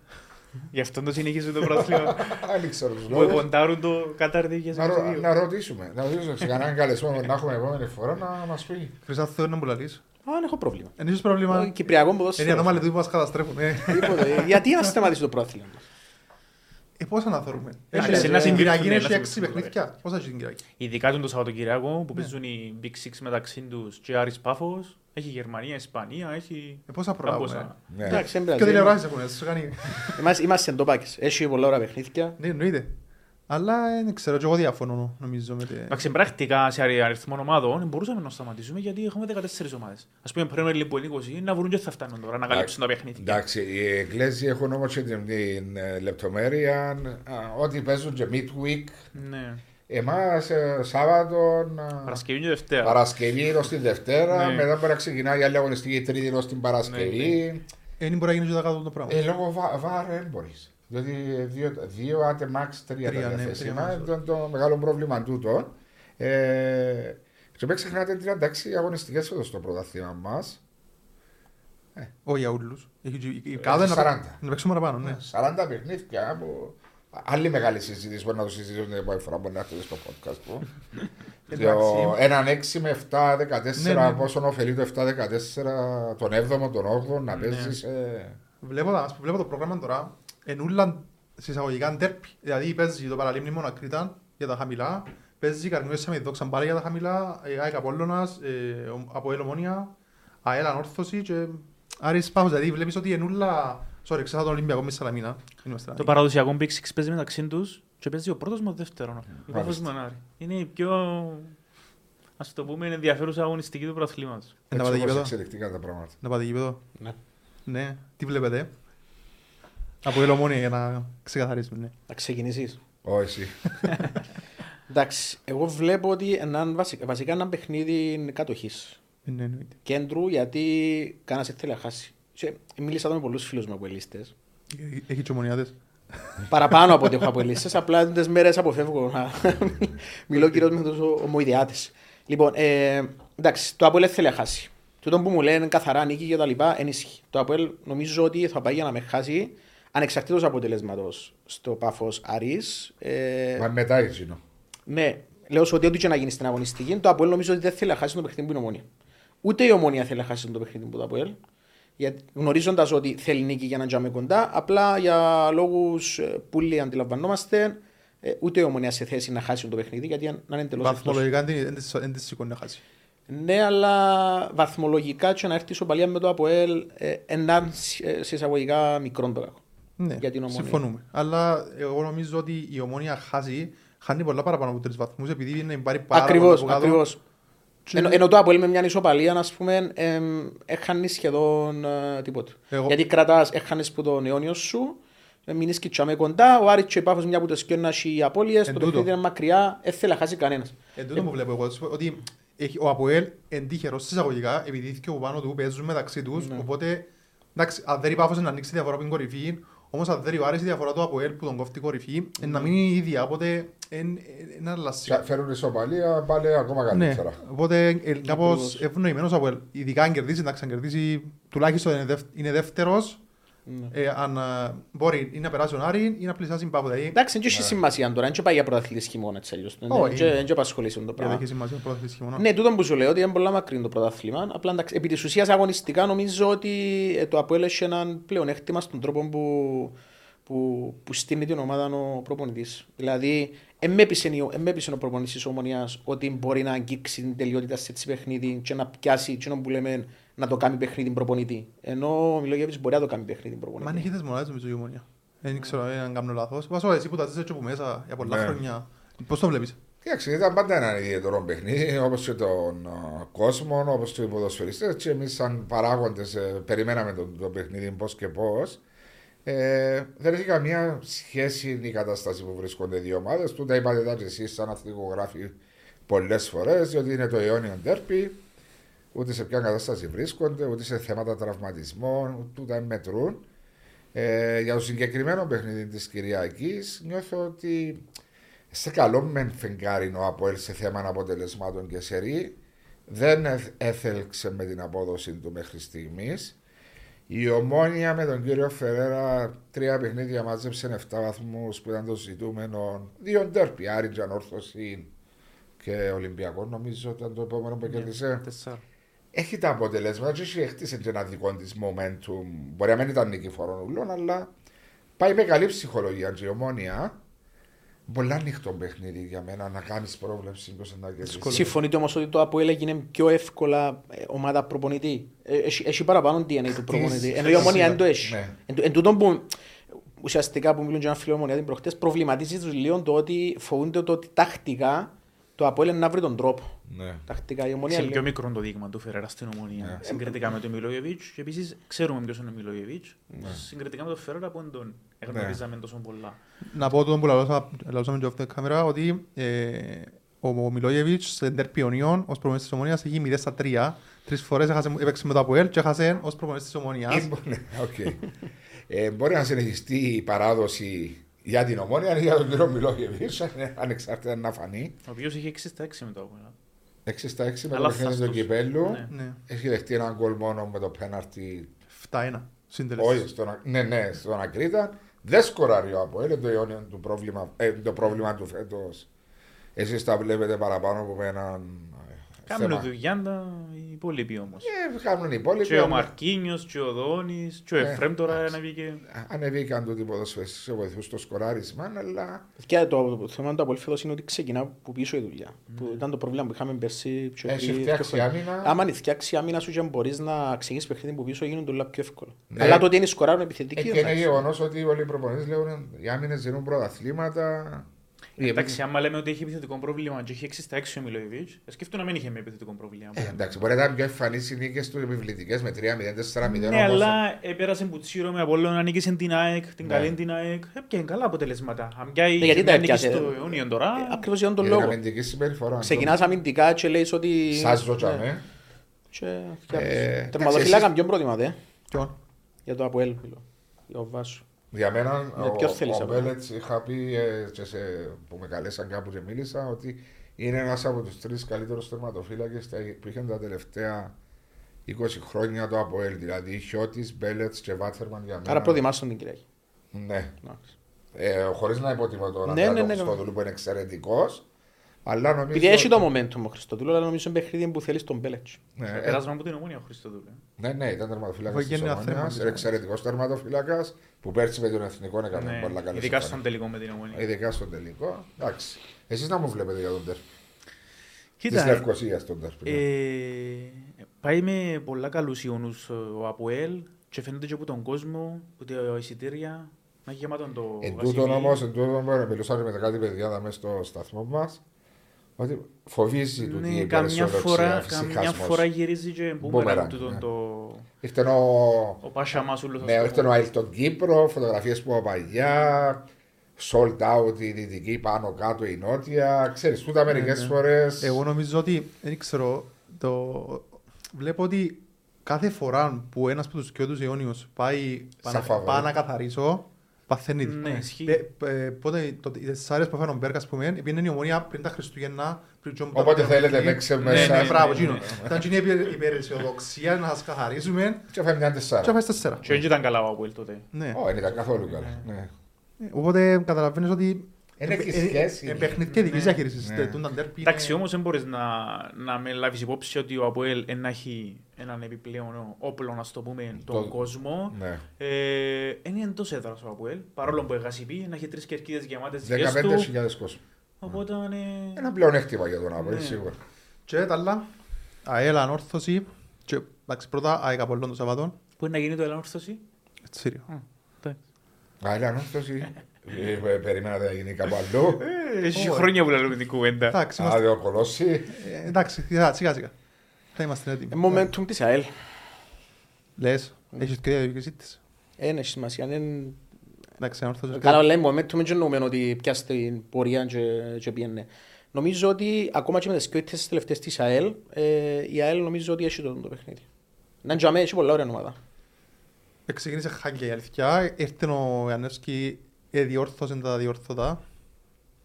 S4: Γι' αυτό το συνεχίζει το
S3: [LAUGHS]
S4: πρωτάθλημα.
S3: Δεν ξέρω του
S4: Μου
S3: λόγου.
S4: κοντάρουν το Κατάρ 2022.
S3: Να ρωτήσουμε, να ρωτήσουμε σε κανέναν καλεσμένο να έχουμε επόμενη φορά να μας πει.
S1: Χρυσά Θεό, να μου λαλείς.
S2: Α, δεν έχω πρόβλημα.
S1: Εν ίσως πρόβλημα,
S2: Ο Κυπριακός
S1: είναι οι
S2: ποδόσφαιρο.
S1: ανώμαλοι του που μας καταστρέφουν. ε.
S2: Τίποτε. Γιατί να σταματήσει το πρωτάθλημα.
S1: Ε, πώς αναθωρούμε.
S4: Εντάξει,
S1: Έχει-
S2: να
S1: στην Κυριακή
S4: συγκριθούν,
S1: έχει
S4: να
S1: έξι
S4: συγκριθούν,
S1: παιχνίδια. Πώς θα έχει την Κυριακή.
S4: Ειδικά τον το Σαββατοκυριακό που
S1: Ναι.
S4: παίζουν οι Big Six μεταξύ τους και Άρης Πάφος. Έχει Γερμανία, Ισπανία, έχει.
S1: Ε, Πώς θα προλάβουμε.
S4: Καμπόσα.
S3: Ναι.
S2: Εντάξει, δεν
S1: Και
S2: πειράζει.
S1: τηλεοράσεις έχουν, έτσι σου κάνει.
S2: Είμαστε- Είμαστε εντόπακες. Έχει πολλά ώρα παιχνίδια.
S1: Ναι, εννοείται. Αλλά ε, δεν ξέρω, και εγώ διαφωνώ νομίζω με
S3: ε.
S1: τη...
S4: Εντάξει, πρακτικά σε αρι- αριθμό ομάδων μπορούσαμε να σταματήσουμε γιατί έχουμε 14 ομάδες. Ας πούμε, Premier League που είναι 20 να βρουν και θα φτάνουν τώρα να καλύψουν τα παιχνίδια.
S3: Εντάξει, οι Εγγλέζοι έχουν όμως και την την, ε, λεπτομέρεια α, ότι παίζουν και midweek.
S4: Ναι.
S3: Εμάς Σάββατον. ε, α,
S4: Παρασκευή και Δευτέρα.
S3: Παρασκευή έω την Δευτέρα,
S4: Ναι.
S3: μετά μπορεί να ξεκινάει η άλλη αγωνιστική Τρίτη έω την Παρασκευή.
S1: Εν Ε, μπορεί να γίνει και τα κάτω το πράγμα.
S3: Ε, λόγω βα- βαρ δεν μπορεί. Δηλαδή δύο, δύο άτε max τρία
S1: Τρία,
S3: τα
S1: ναι,
S3: διαθέσιμα.
S1: τρία max.
S3: ήταν το μεγάλο πρόβλημα τούτο. Ε, και μην ξεχνάτε 36 αγωνιστικέ εδώ στο πρωτάθλημα μα.
S1: Όχι για όλους. Έχει
S4: Ε,
S1: και- η
S3: Έχει
S1: κάθε να-
S3: 40.
S1: Να παίξουμε παραπάνω, ναι.
S3: 40 παιχνίδια που. Άλλη μεγάλη συζήτηση μπορεί να το συζητήσουμε την επόμενη φορά μπορεί να έρθει στο podcast του. Το
S1: Εντάξει.
S3: Έναν 6 με 7-14,
S1: Ναι, ναι, ναι.
S3: πόσο ωφελεί το 7-14, τον 7ο, τον 8ο, να ε,
S4: Ναι.
S3: παίζει.
S1: Βλέπω, τα- ας πούμε, βλέπω το πρόγραμμα τώρα, ενούλα συσσαγωγικά ντέρπι. Δηλαδή παίζει το παραλίμνη Μονακρίτան για τα χαμηλά, παίζει Καρνιούες με δόξαν πάλι για τα χαμηλά, ε, ΑΕΚ Απόλλωνας, ε, ο- Αποέλ Ομόνια, ΑΕΛ Ανόρθωση και Άρης Πάχος. Δηλαδή βλέπεις ότι ενούλα... Sorry, ξέχασα τον Ολυμπιακό μέσα στα μήνα. Είμαστε
S4: Το
S1: άδικοι.
S4: παραδοσιακό Big Six παίζει μεταξύ του και παίζει ο πρώτο με ο δεύτερο. Ο Πάφος
S3: Ναι, Μάλιστα.
S4: με τον Άρη. Είναι η πιο. Α το πούμε, ενδιαφέρουσα αγωνιστική του προαθλήματο.
S1: Ε, Να πάτε
S3: Έτσι όπως
S1: γήπεδο.
S3: εξελικτικά τα πράγματα.
S1: Να πάτε γήπεδο.
S2: Ναι.
S1: Ναι. Τι βλέπετε. Από ελομόνια για να ξεκαθαρίσουμε. Ναι.
S2: Να ξεκινήσεις.
S3: Ω, εσύ.
S2: Εντάξει, εγώ βλέπω ότι έναν, βασι- βασικά ένα παιχνίδι κατοχής.
S1: Ναι, εννοείται.
S2: κέντρου γιατί κανένας δεν θέλει να χάσει. Και μίλησα εδώ με πολλούς φίλους μου απολύστε.
S1: Έχει- Έχει και ομονιάδες.
S2: Παραπάνω από ότι έχω απολύστε. Απλά τις μέρες αποφεύγω να μιλώ κυρίως με τους ομοειδιάτες. Λοιπόν, ε, εντάξει, το Απόελ δεν θέλει να χάσει. Τούτο που μου λένε καθαρά νίκη και τα λοιπά ενίσχυει. Το Απόελ νομίζω ότι θα πάει για να με χάσει ανεξαρτήτως αποτελέσματος στο πάφο Αρή. Ε,
S3: Μα μετά εκείνο.
S2: ναι, λέω σου ότι ό,τι και να γίνει στην αγωνιστική, το Αποέλ νομίζω ότι δεν θέλει να χάσει το παιχνίδι που είναι ομόνια. Ούτε η ομόνια θέλει να χάσει το παιχνίδι που είναι το Αποέλ. Γνωρίζοντας ότι θέλει νίκη για να τζάμε κοντά, απλά για λόγους που λέει αντιλαμβανόμαστε, ε, ούτε η ομόνια σε θέση να χάσει το παιχνίδι γιατί αν- να είναι εντελώς εκτό.
S1: Βαθμολογικά δεν- δεν τις- δεν τις σηκώνει να χάσει.
S2: Ναι, αλλά βαθμολογικά και να έρθει ισοπαλία με το Αποέλ, ε, έναν ε, σε εισαγωγικά μικρόν το κακό.
S1: Ναι,
S2: για την Ομόνια.
S1: συμφωνούμε. Αλλά εγώ νομίζω ότι η ομόνια χάσει, χάνει πολλά παραπάνω από τρεις βαθμούς επειδή είναι πάρει πάρα
S2: Ακριβώ,
S1: πολλά από κάτω.
S2: ακριβώς.
S1: Και-
S2: Ενώ, ενώ το Αποέλ με μια ισοπαλία, ας πούμε, εμ, έχανε σχεδόν ε, τίποτα.
S1: Εγώ-
S2: Γιατί κρατάς, έχανες που τον αιώνιο σου, ε, μείνεις και τσάμε κοντά, ο Άρης και η Πάφος μια που το σκιώνα οι απώλειες,
S1: Εν
S2: το
S1: τούτο.
S2: παιχνίδι είναι μακριά, δεν θέλει να χάσει κανένας.
S1: Εν Ε, τούτο που βλέπω εγώ, ότι έχει- ο Αποέλ εν τύχερος συσσαγωγικά, επειδή και ο πάνω του παίζουν μεταξύ τους,
S2: Ναι.
S1: οπότε εντάξει, αν δεν η Πάφος να ανοίξει διαφορά από την κορυφή, όμως αν δεν υπάρχει διαφορά του Αποέλ που τον κόφτει η κορυφή, ε,
S2: Ναι.
S1: να μείνει η ίδια, οπότε είναι αλλασσί.
S3: Φέρουν ισοπαλία, πάλι ακόμα
S1: Ναι,
S3: καλύτερα.
S1: οπότε ε, κάπως
S2: Ακριβώς.
S1: ευνοημένος από ελ. Ειδικά αν κερδίσει, να ξανακερδίσει, τουλάχιστον είναι δευ- είναι δεύτερος.
S2: Ναι.
S1: Ε, αν ε, μπορεί ή να περάσει τον Άρη ή να πλησιάσει την Πάπου. Δηλαδή,
S2: Εντάξει, δεν έχει σημασία τώρα, δεν πάει για πρωταθλητής χειμώνας έτσι αλλιώς. Δεν-
S1: Όχι.
S2: Δεν δεν απασχολήσουν το
S1: δεν
S2: πράγμα.
S1: έχει σημασία το πρόθεση χειμώνας.
S2: Ναι, τούτο που σου λέω ότι είναι πολλά μακρύ το πρωτάθλημα. Απλά εντάξει, επί της ουσίας αγωνιστικά νομίζω ότι ε, το Αποέλ έχει έναν πλεονέκτημα στον τρόπο που που, που στείνει την ομάδα ο προπονητής. Δηλαδή, εμέπεισε ο προπονητής της Ομονίας ότι μπορεί να αγγίξει την τελειότητα σε έτσι παιχνίδι και να πιάσει εκείνο που λέμε να το κάνει παιχνίδι προπονητή. Ενώ ο Μιλόγεβιτ μπορεί να το κάνει παιχνίδι προπονητή.
S1: Μα αν έχει δεσμονάδε νομίζω η ομονία.
S2: Ναι.
S1: Δεν ξέρω ε, αν κάνω λάθος. Βασό, εσύ που τα ζεις έτσι από μέσα για πολλά
S3: Ναι.
S1: χρόνια, πώς το βλέπεις.
S3: Κοιτάξτε, ήταν πάντα ένα ιδιαίτερο παιχνίδι, όπως και τον ε, κόσμο, όπως και οι ποδοσφαιριστές. Και εμείς, σαν παράγοντες, περιμέναμε το, το παιχνίδι πώς και πώς. Ε, δεν έχει καμία σχέση η κατάσταση που βρίσκονται οι δύο ομάδες. Του τα είπατε τα εσείς, σαν αθλητικογράφοι, πολλές φορές, διότι είναι το αιώνιο ντέρπι. Ούτε σε ποια κατάσταση βρίσκονται, ούτε σε θέματα τραυματισμών, ούτε τα μετρούν. Ε, για το συγκεκριμένο παιχνίδι της Κυριακής, νιώθω ότι σε καλό μεν φεγγάρι ο Αποέλ σε θέμα αποτελεσμάτων και σερή. Δεν εθ- έθελξε με την απόδοση του μέχρι στιγμής. Η ομόνια με τον κύριο Φερέρα τρία παιχνίδια μάζεψε 7 βαθμούς που ήταν το ζητούμενο. Δύο ντέρπι, Άριτζαν, Όρθωση και Ολυμπιακός, νομίζω ήταν το επόμενο που κέρδισε.
S4: Τεσσάρ.
S3: Έχει τα αποτελέσματα και έχει χτίσει και ένα δικό της momentum. Μπορεί να μην ήταν νικηφόρον ουλών, αλλά πάει με καλή ψυχολογία και η ομόνια. Πολλά ανοιχτό παιχνίδι για μένα να κάνεις πρόβλεψη ποιο να κερδίσει.
S2: Συμφωνείτε όμως ότι το Αποέλ έγινε πιο εύκολα ε, ομάδα προπονητή. Ε, Έχει, έχει παραπάνω DNA του προπονητή. Ενώ η ομόνια δεν το έχει.
S3: Ναι.
S2: Εν, τω- εν τούτον που ουσιαστικά που μιλούν για ένα φίλο ομονία την προχτές, προβληματίζεις τους λίγο το ότι φοβούνται το ότι τακτικά το Αποέλ να βρει τον τρόπο.
S3: Ναι.
S2: Τακτικά η ομονία
S4: Είναι πιο
S2: λίγο.
S4: μικρό το δείγμα του Φεραίρα στην Ομονία
S3: Ναι.
S4: συγκριτικά με τον Μιλόγεβιτ. Και επίσης ξέρουμε ποιος είναι ο Μιλόγεβιτ.
S3: Ναι.
S4: Συγκριτικά με τον Φεραίρα που δεν τον γνωρίζαμε τόσο πολλά.
S1: Να πω τούτο που λαλώσα- λαλώσαμε και off the camera, ότι ε, ο Μιλόγεβιτς σε ντέρ ποιονιών ως προπονητής της Ομονίας έχει 0 στα 3. Τρεις φορές έχασε- έπαιξε με το Αποέλ και έχασε ως προπονητής της Ομονίας.
S3: Ναι, οκ. Ε, Μπορεί να συνεχιστεί η παράδοση για την ομόνια ή για τον κύριο Μιλόγεβιτ, ανεξάρτητα να φανεί.
S4: Ο οποίος είχε 6 στα 6 με το αγώνα.
S3: 6 στα 6 με το
S4: Αλλά
S3: παιχνίδι του
S4: φθαστός.
S3: κυπέλου.
S4: Ναι.
S1: Ναι.
S3: Έχει δεχτεί έναν γκολ μόνο με το πέναρτι
S1: 7-1.
S3: Όχι,
S1: Συντελεστής.
S3: στον, Α- ναι, ναι, στον Ακρίτα. Δεν σκοράρει ο Αποέλ, είναι το αιώνιο του πρόβλημα, ε, το πρόβλημα του φέτος. Εσείς τα βλέπετε παραπάνω από έναν. ε, θέμα.
S4: Κάμουν δουλειά τα οι υπόλοιποι όμως.
S3: Ε, κάνουν οι υπόλοιποι.
S4: Και ο
S3: αλλά
S4: Μαρκίνιος, και ο Δόνης, και ο
S3: Ναι,
S4: Εφρέμ τώρα
S3: εντάξει.
S4: ανέβηκε.
S3: Ανεβήκαν το τίποτα σε βοηθούς στο σκοράρισμα, αλλά.
S2: Και το θέμα του Αποέλ φέτος είναι ότι ξεκινά που πίσω η δουλειά. Που ήταν το πρόβλημα που είχαμε πέρσι. πιο
S3: Ναι. Έχει
S2: πριν,
S3: φτιάξει
S2: πιο χρόνια.
S3: άμυνα.
S2: Άμα αν φτιάξει άμυνα σου και μπορείς να ξεκινήσεις παιχνίδι που πίσω γίνονται όλα πιο εύκολα.
S3: Ναι.
S2: Αλλά το ότι είναι σκοράρουν
S3: Ε,
S2: επιθετικοί.
S3: και είναι
S2: εντάξει.
S3: γεγονός ότι όλοι οι προπονητές λέγουν οι άμυνες δίνουν πρωταθλήματα. Η
S4: Εντάξει,
S3: επίθεση-
S4: άμα λέμε ότι έχει επιθετικό πρόβλημα και έχει 6 στα 6 ο Μιλόγεβιτ, σκέφτομαι να μην είχε με επιθετικό πρόβλημα.
S3: Ε, Εντάξει, μπορεί να ήταν πιο εμφανείς οι νίκες του επιβλητικές με 3-0-4-0.
S4: Ναι, αλλά έπερασε που τσίρο με Απόλλωνα, ανήκησε την ΑΕΚ, την
S3: ε. Ναι.
S4: καλή την ΑΕΚ. Ε, Έπιανε καλά αποτελέσματα. Αν πιάει
S2: Ναι, γιατί τα
S4: μια νίκη
S2: έπιασε. Ε,
S4: στο Union τώρα,
S2: Ακριβώς για τον
S3: Είναι
S2: λόγο.
S3: αμυντική συμπεριφορά.
S2: Ξεκινάς αμυντικά και λέεις ότι... Ναι,
S3: Σα ζωτσαμε.
S2: Και...
S3: Ε, εντάξει,
S2: Τερματοφύλακα
S3: εσείς-
S2: ποιον πρότιμα δε,
S1: Ποιον.
S2: για το Αποέλ μιλώ. Ο Βάσο.
S3: Για μένα,
S2: Ναι,
S3: ο,
S2: ποιος θέλεις
S3: ο
S2: από εμένα.
S3: Μπέλετς είχα πει ε, και σε, που με καλέσαν κάπου και μίλησα ότι είναι ένας από τους τρεις καλύτερους τερματοφύλακες τα- που είχαν τα τελευταία 20 χρόνια το ΑΠΟΕΛ. Δηλαδή, Χιώτης, Μπέλετς και Βάτερμαν για μένα.
S2: Άρα προτιμάς τον την Κυριακή.
S3: Ναι.
S2: Εντάξει.
S3: Ε, χωρίς να υποτιμώ τον
S2: Ναι,
S3: ναι,
S2: ναι, ναι,
S3: Χριστόδουλου που είναι εξαιρετικός. Αλλά νομίζω...
S2: Επειδή έχει το momentum ο Χριστοδούλου, αλλά νομίζω είναι παιχνίδι που θέλεις τον Μπέλετς.
S3: Ναι, ε,
S4: πέρασμα από την ομόνια ο Χριστοδούλου.
S3: ναι, ναι, ήταν τερματοφύλακας της
S1: Βογγένεια
S3: Ομόνιας.
S4: ναι.
S1: θέρμανση.
S3: Εξαιρετικός τερματοφύλακας που πέρσι με τον Εθνικό έκανε
S4: Ναι,
S3: Ε, πολλά καλές
S4: Ειδικά
S3: εμφανίσεις.
S4: στον τελικό με την ομόνια.
S3: Ειδικά στον τελικό. Εντάξει. Εσείς να μου βλέπετε για τον τέρπι. Τη
S4: Κοίτα,
S3: Λευκοσίας τον τέρπι. ναι.
S4: ε, πάει με πολλά καλούς ιονούς ε, ο Αποέλ και φαίνεται και από τον κόσμο, από τα εισιτήρια, να έχει γεμάτον το
S3: Εν τούτον
S4: Βασιλείο.
S3: όμως, εν τούτον που μιλούσαμε με τα κάτι παιδιά τα μέσα στο σταθμό μας, ότι φοβίζει του
S4: Ναι,
S3: την
S4: καμιά φορά,
S3: περισσοδοξία
S4: καμιά φορά
S3: φυσικά.
S4: γυρίζει και
S3: Μπούμερανγκ,
S4: μπούμερανγκ τούτον
S3: ναι.
S4: το...
S3: Ήρθε ο.
S4: Ο Πάσια Μάσουλος, ας
S3: Ναι,
S4: πούμε.
S3: ήρθε ο Άιλ τον Κύπρο, φωτογραφίες που είπα παλιά. Sold out η δυτική πάνω κάτω η νότια. Ξέρεις, τούτα μερικές
S4: Ναι,
S3: φορές.
S1: Εγώ νομίζω ότι, δεν ξέρω, το... βλέπω ότι κάθε φορά που ένας από τους κοιόντους αιώνιους πάει
S3: Σαν φαβορί.
S1: πάνω να καθαρίσω, παθαίνει.
S4: Ναι, ισχύει.
S1: Πε- πε- Πότε, το- οι τεσσάρες που έφεραν ο Μπέρκ, ας πούμε, πήγαινε η ομονία πριν τα Χριστουγέννα. πριν τζόμπου τα
S3: Όποτε
S1: Χριστουγέννα.
S3: θέλετε, παίξε
S1: Ναι,
S3: μέσα.
S1: Ναι, μπράβο,
S4: Ναι,
S1: τζίνο.
S4: ναι,
S1: Ήταν τζίνη υπερ- υπεραισιοδοξία να σας καθαρίζουμε
S3: Και φέρνει μια
S1: και
S3: τεσσάρα.
S1: έφερες τεσσέρα.
S4: Και δεν ήταν καλά ο Αποέλ τότε.
S1: Ναι.
S3: Ω, δεν ήταν καθόλου καλά. ναι.
S1: Οπότε καταλαβαίνεις ότι ε,
S3: Δεν
S4: Ε,
S3: έχει σχέση.
S1: Παιχνίδια δικής
S4: Ναι.
S1: διαχείρισης.
S3: Ναι.
S1: τε- τούτα derby είναι-
S4: Εντάξει, όμως δεν μπορείς να, να με λάβεις υπόψη ότι ο Αποέλ να έχει έναν επιπλέον όπλο, να το πούμε, τον
S3: Το-
S4: κόσμο.
S3: Ναι.
S4: Ε, εν είναι εντός έδρας ο Αποέλ. Παρόλο που έχασε πει, να έχει τρεις κερκίδες γεμάτε δικέ του.
S3: 15.000 κόσμο.
S4: Οπότε. ε,
S3: Ένα πλεονέκτημα για τον Άπολ,
S4: Ναι.
S3: σίγουρα.
S1: Και τα άλλα, ΑΕΛ ανόρθωση και εντάξει πρώτα ΑΕΚ Απολλών το Σαββατόν,
S4: Πού είναι να γίνει το ελανόρθωση.
S1: έτσι Σύριο.
S3: Α, είναι ανόρθωση. Ε, ε, Περιμένατε να γίνει κάπου αλλού.
S4: Ε, Έχει
S1: Ωραία.
S4: χρόνια που λέμε την κουβέντα.
S1: Εντάξει, είμαστε-
S3: Άδειο κολόσι.
S1: ε, εντάξει, σιγά σιγά, σιγά. Θα είμαστε
S3: Ναι.
S1: έτοιμοι. Ε,
S2: Momentum της ΑΕΛ.
S1: Λες, έχεις και διαδικασία της.
S2: Δεν έχει σημασία. εν-
S1: Εντάξει, ανόρθωση.
S2: Ε, Καλά, λέει momentum δεν εννοούμε ότι πιάσε την πορεία και- και πήγαινε. Νομίζω ότι ακόμα και με τις δύο τις τελευταίες της ΑΕΛ, ε, η ΑΕΛ νομίζω ότι έχει το, το παιχνίδι. Να είναι τζαμέ, έχει πολλά ωραία ομάδα.
S1: Ξεκίνησε χάγκια η αλήθεια. Ήρθε ο Ιαννεύσκη, εδιόρθωσε τα διόρθωτα.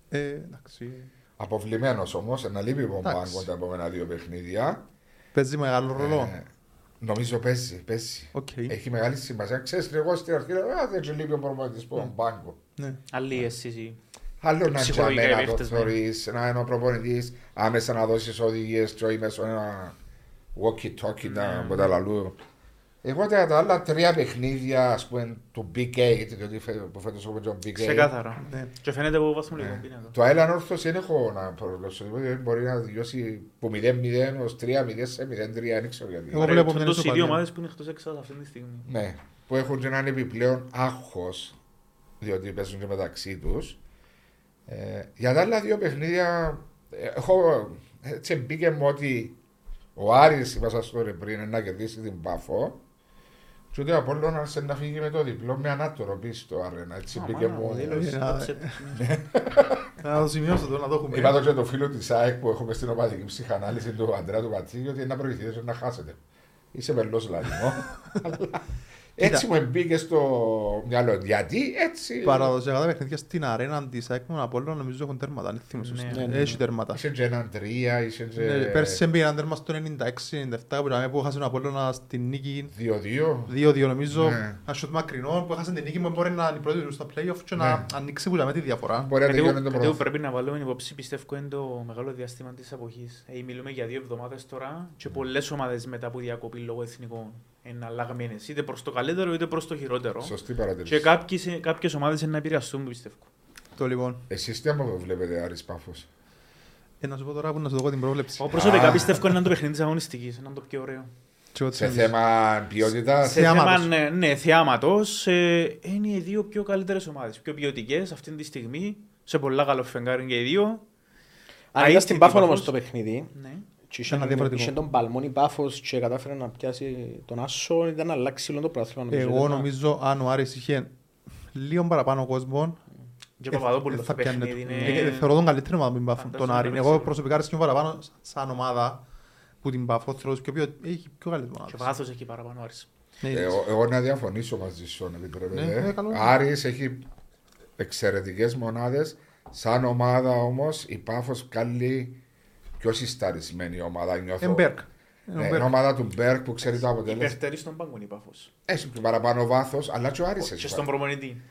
S1: Ε, εντάξει.
S3: Αποβλημένο όμως, ένα λείπει που
S1: Εντάξει.
S3: μάγκο τα επόμενα δύο παιχνίδια.
S1: Παίζει μεγάλο ρόλο.
S3: Ε, νομίζω παίζει, παίζει.
S1: Οκ.
S3: Έχει μεγάλη σημασία. Ξέρεις, εγώ στην αρχή λέω, «Α, δεν ξέρω λείπει ο προπονητής που είναι μπάγκο.
S1: Ναι.
S4: Αλλή εσύ.
S3: Άλλο να
S4: Ψυχολογικά
S3: τζαμέ να το
S4: επίφτες, ναι.
S3: θεωρείς, να είναι ο προπονητής, άμεσα να δώσεις οδηγίες και όχι μέσω ένα walkie-talkie
S4: Mm.
S3: να από τα λαλού. Εγώ τα, τα άλλα τρία παιχνίδια, ας πούμε, του BK, γιατί το φε- που φέτος έχουμε τον BK.
S4: Ξεκάθαρα.
S1: Ναι.
S4: Και φαίνεται από λοιπόν βαθμολογικό πίνακα.
S3: Το ΑΕΛ ανόρθωση δεν έχω να προβλέψω. Δηλαδή, Μπορεί να διώσει από 0-0 ως 3-0 σε 0-3, δεν ξέρω γιατί.
S1: Εγώ βλέπω μια
S4: Ρε, τόντως οι δύο
S1: ισοπαλία.
S4: ομάδες που είναι εκτός έξοδας αυτή τη στιγμή.
S3: Ναι, που έχουν και έναν επιπλέον άγχος, διότι παίζουν και μεταξύ τους. Ε, για τα άλλα δύο παιχνίδια, ε, έχω, έτσι μπήκε μου ότι ο Άρης, είπα σας τώρα πριν, να κερδίσει την Πάφο και ούτε ο Απόλλωνας να φύγει με το διπλό με ανάτορο πίσω το Άρενα. Έτσι
S4: Α,
S3: μπήκε
S4: μάνα,
S3: μου.
S4: ο δήλωσης,
S1: Ε,
S4: το
S1: α,
S4: ψε-
S1: Να το σημειώσω το, να το έχουμε.
S3: Είπα το και το φίλο της ΑΕΚ που έχουμε στην ομαδική ψυχανάλυση του Αντρέα του Πατσίγη ότι να προηγηθείτε και να χάσετε. Είσαι μελός λαδινό. Αλλά έτσι μου μπήκε στο μυαλό. Γιατί έτσι.
S1: Παραδοσιακά τα παιχνίδια στην αρένα της ΑΕΚ με τον Απόλλωνα νομίζω έχουν τέρματα, αν θυμίζω
S4: Ναι.
S1: σωστά.
S2: Ναι, ναι,
S1: Έχει
S2: ναι.
S1: τέρματα.
S3: Είσαι και έναν τρία, είσαι και
S1: Ναι, Πέρσι έμπαιγε ένα τέρμα στο 96-97 που ήταν που έχασε τον Απόλλωνα στην νίκη
S3: δύο-δύο.
S1: 2-2 νομίζω.
S3: Ναι.
S1: Ένα σούτ μακρινό που έχασε την νίκη μου μπορεί να είναι η πρώτη τους στα play-off και να
S3: Ναι.
S1: ανοίξει που λέμε τη διαφορά.
S3: Μπορεί να
S4: Κάτι που-
S3: τελειώνει το
S4: κάτι που
S3: πρώτο.
S4: ε, πρέπει να βάλουμε υπόψη, πιστεύω, είναι το μεγάλο διάστημα της αποχής. Ε, μιλούμε για δύο εβδομάδες τώρα
S1: Ναι.
S4: και πολλές ομάδες μετά που διακοπή λόγω εθνικών είναι αλλαγμένες. Είτε προς το καλύτερο είτε προς το χειρότερο.
S3: Σωστή
S4: Και
S3: παρατήρηση.
S4: κάποιοι σε- κάποιες ομάδες είναι να επηρεαστούν, πιστεύω.
S1: Το λοιπόν.
S3: Εσείς τι άμα βλέπετε Άρης Πάφος.
S1: Ε, να σου πω τώρα που να σου δω την πρόβλεψη.
S4: Εγώ προσωπικά πιστεύω είναι το παιχνίδι της αγωνιστικής, είναι το πιο ωραίο.
S1: Τι ό,τι
S3: Σε
S1: εμείς.
S3: θέμα ποιότητας.
S4: Σε
S1: Θεάματος.
S4: θέμα ναι, ναι, θεάματος, ε, είναι οι δύο πιο καλύτερες ομάδες, πιο ποιοτικές αυτή τη στιγμή, σε πολλά καλό φεγγάρι και οι δύο.
S2: Αν ήταν
S4: Αίτητη
S2: στην Πάφο
S4: Πάφος.
S2: όμως το παιχνίδι,
S4: Ναι.
S2: και
S1: Ήταν
S2: είχε-
S1: διαφορετικό.
S2: είχε τον Παλμόνι Πάφος και κατάφερε να πιάσει τον Άσο, ήταν να αλλάξει όλο το πράθλημα. νομίζω,
S1: Εγώ
S2: ήταν να-
S1: νομίζω αν ο Άρης είχε λίγο παραπάνω κόσμο,
S4: Και ο
S1: ε,
S4: Παπαδόπουλος
S1: ε,
S4: το
S1: θα πιάνε
S4: παιχνίδι
S1: το.
S4: είναι...
S1: Ε, ε, Θεωρώ τον καλύτερο ομάδα που την Πάφο, τον
S4: Φαντάζομαι
S1: Άρη.
S4: να
S1: Εγώ
S4: παίξει.
S1: προσωπικά αρέσκει μου παραπάνω σαν ομάδα που την Πάφο. Θεωρώ ότι πιο- έχει πιο καλή
S4: Και
S1: ομάδα.
S4: βάθος εκεί παραπάνω, Άρης.
S1: Ναι,
S3: Ε, Εγώ, εγώ να διαφωνήσω μαζί σου, αν επιτρέπετε.
S1: Ναι, ναι, καλό.
S3: Άρης έχει εξαιρετικές μονάδες. Σαν ομάδα όμως, η Πάφος καλή πιο συσταρισμένη ομάδα. Νιώθω.
S1: Εμπέρκ. Ε,
S3: Ναι,
S1: Εμπέρκ.
S3: είναι ομάδα του Μπέρκ που ξέρει
S1: Ε,
S3: το αποτέλεσμα.
S4: Υπερτερεί Ε, στον πάγκο είναι η Πάφος.
S3: Έχει πιο παραπάνω βάθος, αλλά και ο
S1: Ε,
S3: Άρης
S4: Και
S3: έχει.
S4: στον
S3: βάθος.
S4: προπονητή.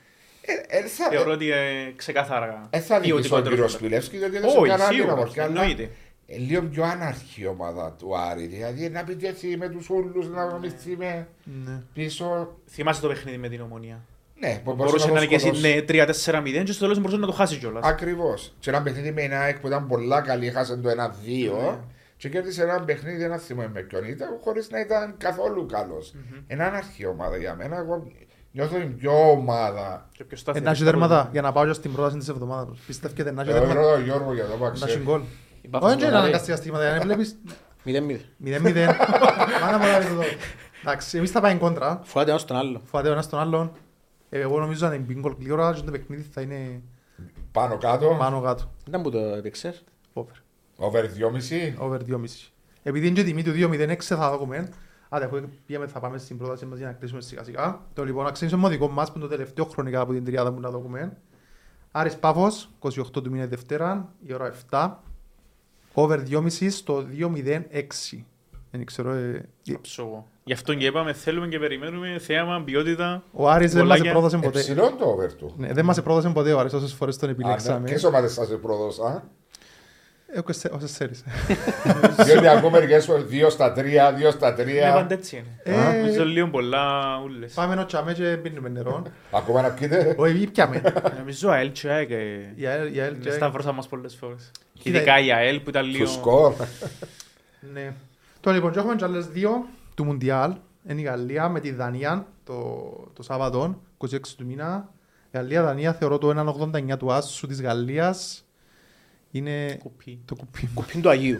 S3: Ε, ε, θα-
S4: Θεωρώ ότι ε, ξεκάθαρα.
S3: ε, θα δικήσει
S4: ποιοτικό
S3: τον κύριο
S4: τρόπο.
S3: Σπιλεύσκη, γιατί δεν σου
S4: Όχι,
S3: κάνει
S4: σίγουρα,
S3: άλλο να
S4: εννοείται.
S3: Ε, λίγο πιο άναρχη η ομάδα του Άρη. Δηλαδή να πει έτσι με τους όλου, να μισθεί με
S1: Ναι.
S3: πίσω.
S4: Θυμάσαι το παιχνίδι με την ομονία.
S3: Ναι, που
S4: Μπορούσε να είναι και εσύ
S3: σκοτώσει.
S4: ναι, 3-4-0 και στο τέλος μπορούσε να το χάσει κιόλας.
S3: Ακριβώς. Και ένα παιχνίδι με ένα ΑΕΚ που ήταν πολλά καλή, χάσαν το
S1: Ναι,
S3: 1-2. Και κέρδισε ένα παιχνίδι, ένα θυμό με ποιον ήταν, χωρίς να ήταν καθόλου καλός. Ένα αναρχή ομάδα για μένα. Εγώ νιώθω την πιο ομάδα.
S4: Και πιο
S1: Ε,
S4: σταθερή.
S1: να έχει τέρματα για να πάω και στην πρόταση της εβδομάδας. Πιστεύετε να έχει
S3: Εγώ
S1: τέρματα.
S3: ρωτάω τον Γιώργο Ε, για το
S1: Να έχει
S3: παξί.
S1: γκολ.
S2: Η Πάφος
S1: Όχι,
S2: τον
S1: δεν είναι
S2: Άρη.
S1: αναγκαστικά στοιχήματα. Αν βλέπεις
S2: 0-0.
S1: 0-0. Μάνα μου λάβει το δώρο. Εντάξει, εμείς θα πάμε κόντρα.
S2: Φοβάται ένας τον άλλο.
S1: Φοβάται ο ένας τον άλλον. Ε, Εγώ νομίζω αν είναι μπει γκολ γλύωρα και το παιχνίδι θα είναι
S3: Πάνω κάτω,
S1: πάνω κάτω.
S2: Ήταν που το έπαιξες.
S1: Over.
S3: over 2,5.
S1: Over 2,5. Επειδή είναι και η τιμή του 2,06 θα δούμε. Άντε, αφού πήγαμε θα πάμε στην πρόταση μας για να κλείσουμε σιγά σιγά. Το λοιπόν, να ξεκινήσουμε με το δικό μας που είναι το τελευταίο χρονικά από την τριάδα που να δούμε. Άρης Πάφος, 28 του μήνα Δευτέρα, η ώρα 7. Over 2,5 στο 2,06. Δεν ξέρω. ε,
S4: Ψόγο. Γι' αυτό και είπαμε, θέλουμε και περιμένουμε θέαμα, ποιότητα.
S1: Ο Άρης δεν μας
S4: Πολλάκια.
S1: επρόδωσε ποτέ.
S3: Εψηλό το over του.
S1: Ναι, δεν μας επρόδωσε ποτέ ο Άρης όσες φορές τον
S3: Α, ναι.
S1: επιλέξαμε.
S3: Ποιες ομάδες σας πρόδωσαν.
S1: Ε, ο Κεσέ- Όσες θέλεις.
S3: Διότι ακούω μερικές φορές δύο στα τρία, δύο στα
S4: Είναι
S3: τρία.
S4: πάντα έτσι είναι.
S1: Ε,
S4: Νομίζω λίγο πολλά ούλες.
S1: Πάμε να τσάμε και πίνουμε νερό.
S3: Ακόμα να πείτε.
S1: Όχι, ή πιάμε.
S4: Νομίζω ΑΕΛ και ΑΕΚ ε,
S1: Η ΑΕΛ- η ΑΕΛ και-
S4: σταυρώσαν μας πολλές φορές.
S1: Κοίτα,
S4: Ειδικά η ΑΕΛ που ήταν
S3: Του
S4: λίγο...
S3: σκορ.
S1: Ναι. Τώρα λοιπόν, και έχουμε και άλλες δύο του Μουντιάλ. Είναι η Γαλλία με τη Δανία το, το Σάββατο, 26 του μήνα. Γαλλία-Δανία θεωρώ το 1,89 του άσου της Γαλλίας. Είναι
S4: Κουπί.
S1: το κουπί.
S2: Κουπίν του Αγίου.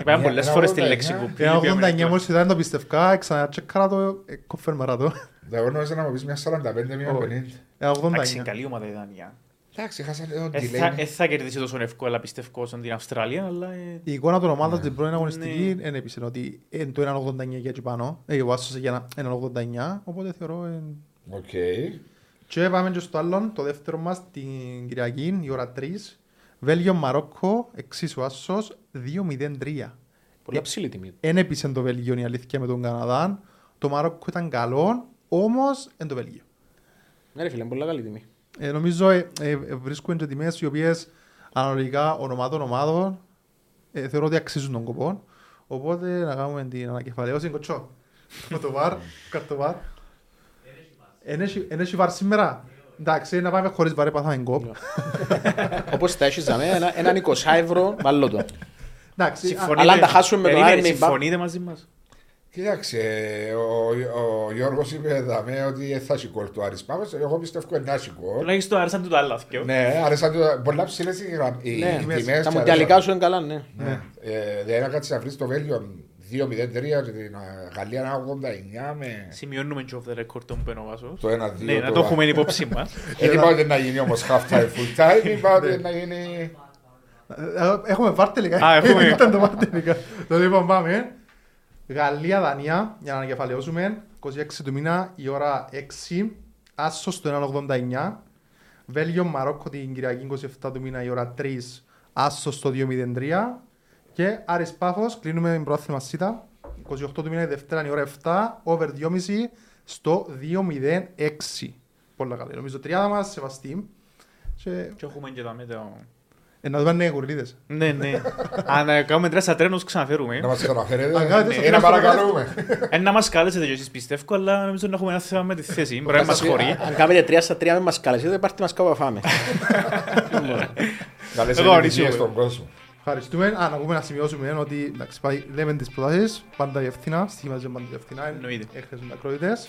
S4: Είπαμε
S3: Μια-
S4: πολλές
S3: ένα
S4: φορές τη
S3: 89.
S4: λέξη κουπί.
S1: Ένα
S4: Είπαμε
S1: 89
S4: πολλά.
S1: μόλις ήταν το πιστευκά, ξανατσέκαρα το, ε, κοφέρμαρα το. [LAUGHS]
S3: Δεν νόμιζα να μου πεις μια 45, μια
S1: Όχι.
S3: 50.
S1: Ένα
S4: Εντάξει,
S1: 89.
S4: είναι καλή ομάδα η Δανία.
S3: Εντάξει, χάσανε το
S4: Ε, θα- ε,
S3: delay.
S4: θα κερδίσει τόσο εύκολα πιστεύω σαν την Αυστραλία, αλλά... ε,
S1: Η εικόνα των ομάδων στην πρώτη αγωνιστική
S4: Ναι.
S1: είναι επίσης ότι είναι το 1,89 και έτσι πάνω. Ε, Ο Άσος για 1,89, οπότε θεωρώ... ε,
S3: Οκ.
S1: Και πάμε και στο άλλον, το δεύτερο μας την Κυριακή, η ώρα 3. Βέλγιο Μαρόκο, εξίσου άσος, 2-0-3.
S2: Πολύ ψηλή τιμή.
S1: Εν έπεισε το Βέλγιο η αλήθεια με τον Καναδά. Το Μαρόκο ήταν καλό, όμως εν το Βέλγιο.
S2: Ναι, ρε φίλε, είναι πολύ καλή τιμή.
S1: Ε, νομίζω ε, ε, ε, βρίσκουν και τιμές οι οποίες αναλογικά ονομάτων ομάδων ε, θεωρώ ότι αξίζουν τον κοπό. Οπότε να κάνουμε την ανακεφαλαίωση. Κοτσό, με το βαρ, κάτω το βαρ. Εν έχει- Εν έχει βαρ σήμερα. Εντάξει, να πάμε χωρίς βαρ, πάθαμε κόπ.
S2: Όπως τα έχεις δαμέ, ένα- έναν 20 ευρώ, βάλω το.
S1: Εντάξει, α,
S4: συμφωνείτε-
S2: αλλά αν τα χάσουμε με τον
S4: Περίμενε,
S2: Άρη, μην πάμε.
S4: Συμφωνείτε μαζί μας.
S3: Κοίταξε, ο, ο Γιώργος είπε δαμέ ότι θα έχει κόλ του Άρης Πάπας. Εγώ πιστεύω ότι θα έχει κόλ.
S4: Τουλάχιστον άρεσαν του τα άλλα δυο.
S3: Ναι, άρεσαν του. Πολλά ψηλές οι γραμ- οι
S2: Ναι,
S3: τιμές. και
S2: τα
S3: άρεσαν.
S2: μοντιαλικά σου είναι καλά, ναι.
S3: Ναι. Ε, Δεν έκατσε να βρεις το Βέλγιο 2-0-3 και την ε, Γαλλία ένα 89 με
S4: Σημειώνουμε και off the record τον Μπένο Βάσος.
S3: το 1-2.
S4: Ναι, να το έχουμε υπόψη μας.
S3: [LAUGHS] Δεν είπα ότι να γίνει όμως half time full time, είπα ότι να γίνει...
S1: Ε, Έχουμε βάρ τελικά.
S4: Α, έχουμε.
S1: [LAUGHS] Ήταν το βάρ τελικά. Το λοιπόν πάμε. Γαλλία-Δανία, για να ανακεφαλαιώσουμε. 26 του μήνα, η ώρα 6. Άσο στο 1,89. Βέλγιο-Μαρόκο την Κυριακή 27 του μήνα, η ώρα 3. Άσο στο 2,03. Και Άρης Πάφος, κλείνουμε την πρόθυμα σίτα. 28 του μήνα, η Δευτέρα, η ώρα 7. Over 2,5 στο 2,06. Πολλά καλή. Νομίζω τριάδα μας, σεβαστή. Και...
S4: Και έχουμε και τα μέτρα.
S1: Ε, να δούμε αν είναι γουρλίδες.
S4: Ναι, ναι. Αν κάνουμε τρέσα τρένος
S3: Να
S4: ξαναφέρουμε.
S3: μας ξαναφέρετε,
S1: Αν κάνετε στο
S3: ε, να
S1: τηλέφωνο,
S3: παρακαλούμε.
S4: Ε, να μας καλέσετε κι εσείς πιστεύω, αλλά νομίζω να έχουμε ένα θέμα με τη θέση. Πρέπει να μας
S2: [LAUGHS]
S4: χωρεί.
S2: Αν κάνετε τρία στα τρία, μην μας καλέσετε, πάρτε μας κάπου να φάμε.
S3: Καλές
S4: Εγώ
S3: επιτυχίες
S4: ανοίγω.
S3: στον κόσμο.
S1: Ευχαριστούμε. Α, να πούμε να σημειώσουμε ότι εντάξει, πάει, λέμε τις προτάσεις, πάντα η ευθύνα, στοιχημάζουμε πάντα η ευθύνα,
S4: Εννοείται.
S1: έχασαν τα ακροητές.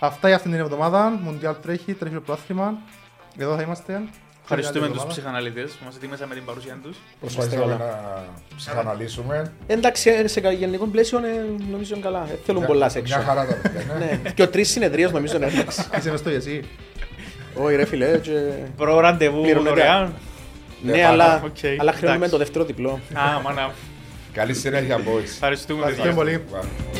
S1: Αυτά για αυτήν την εβδομάδα, Μουντιάλ τρέχει, τρέχει το πρόθυμα, εδώ θα είμαστε.
S4: Ευχαριστούμε
S1: Την άλλη
S4: τους
S1: εβδομάδα.
S4: ψυχαναλυτές που μας ετοίμασαν με την παρουσία τους.
S3: Προσπαθήσαμε να ψυχαναλύσουμε.
S2: Ε, Εντάξει, σε γενικό πλαίσιο ε, νομίζω είναι καλά. Ε, Θέλουν πολλά σε
S3: Μια
S2: έξω.
S3: χαρά τα παιδιά, ναι.
S2: Ναι, και ο τρεις συνεδρίες νομίζω
S1: [LAUGHS]
S2: είναι εντάξει.
S1: Είσαι μες στο εσύ.
S2: Όχι ρε φίλε, ε, και-
S4: Προ ραντεβού
S2: Πληρωμένα.
S4: δωρεάν.
S2: ναι,
S3: πάρα,
S2: αλλά,
S4: Ε, οκ,
S2: αλλά χρειάζομαι
S4: εντάξει.
S2: το δεύτερο διπλό.
S4: Α, μάνα.
S3: Καλή συνέχεια, boys.
S4: Ευχαριστούμε. παιδιά.
S1: Ευχαριστούμε πολύ.
S3: Bye.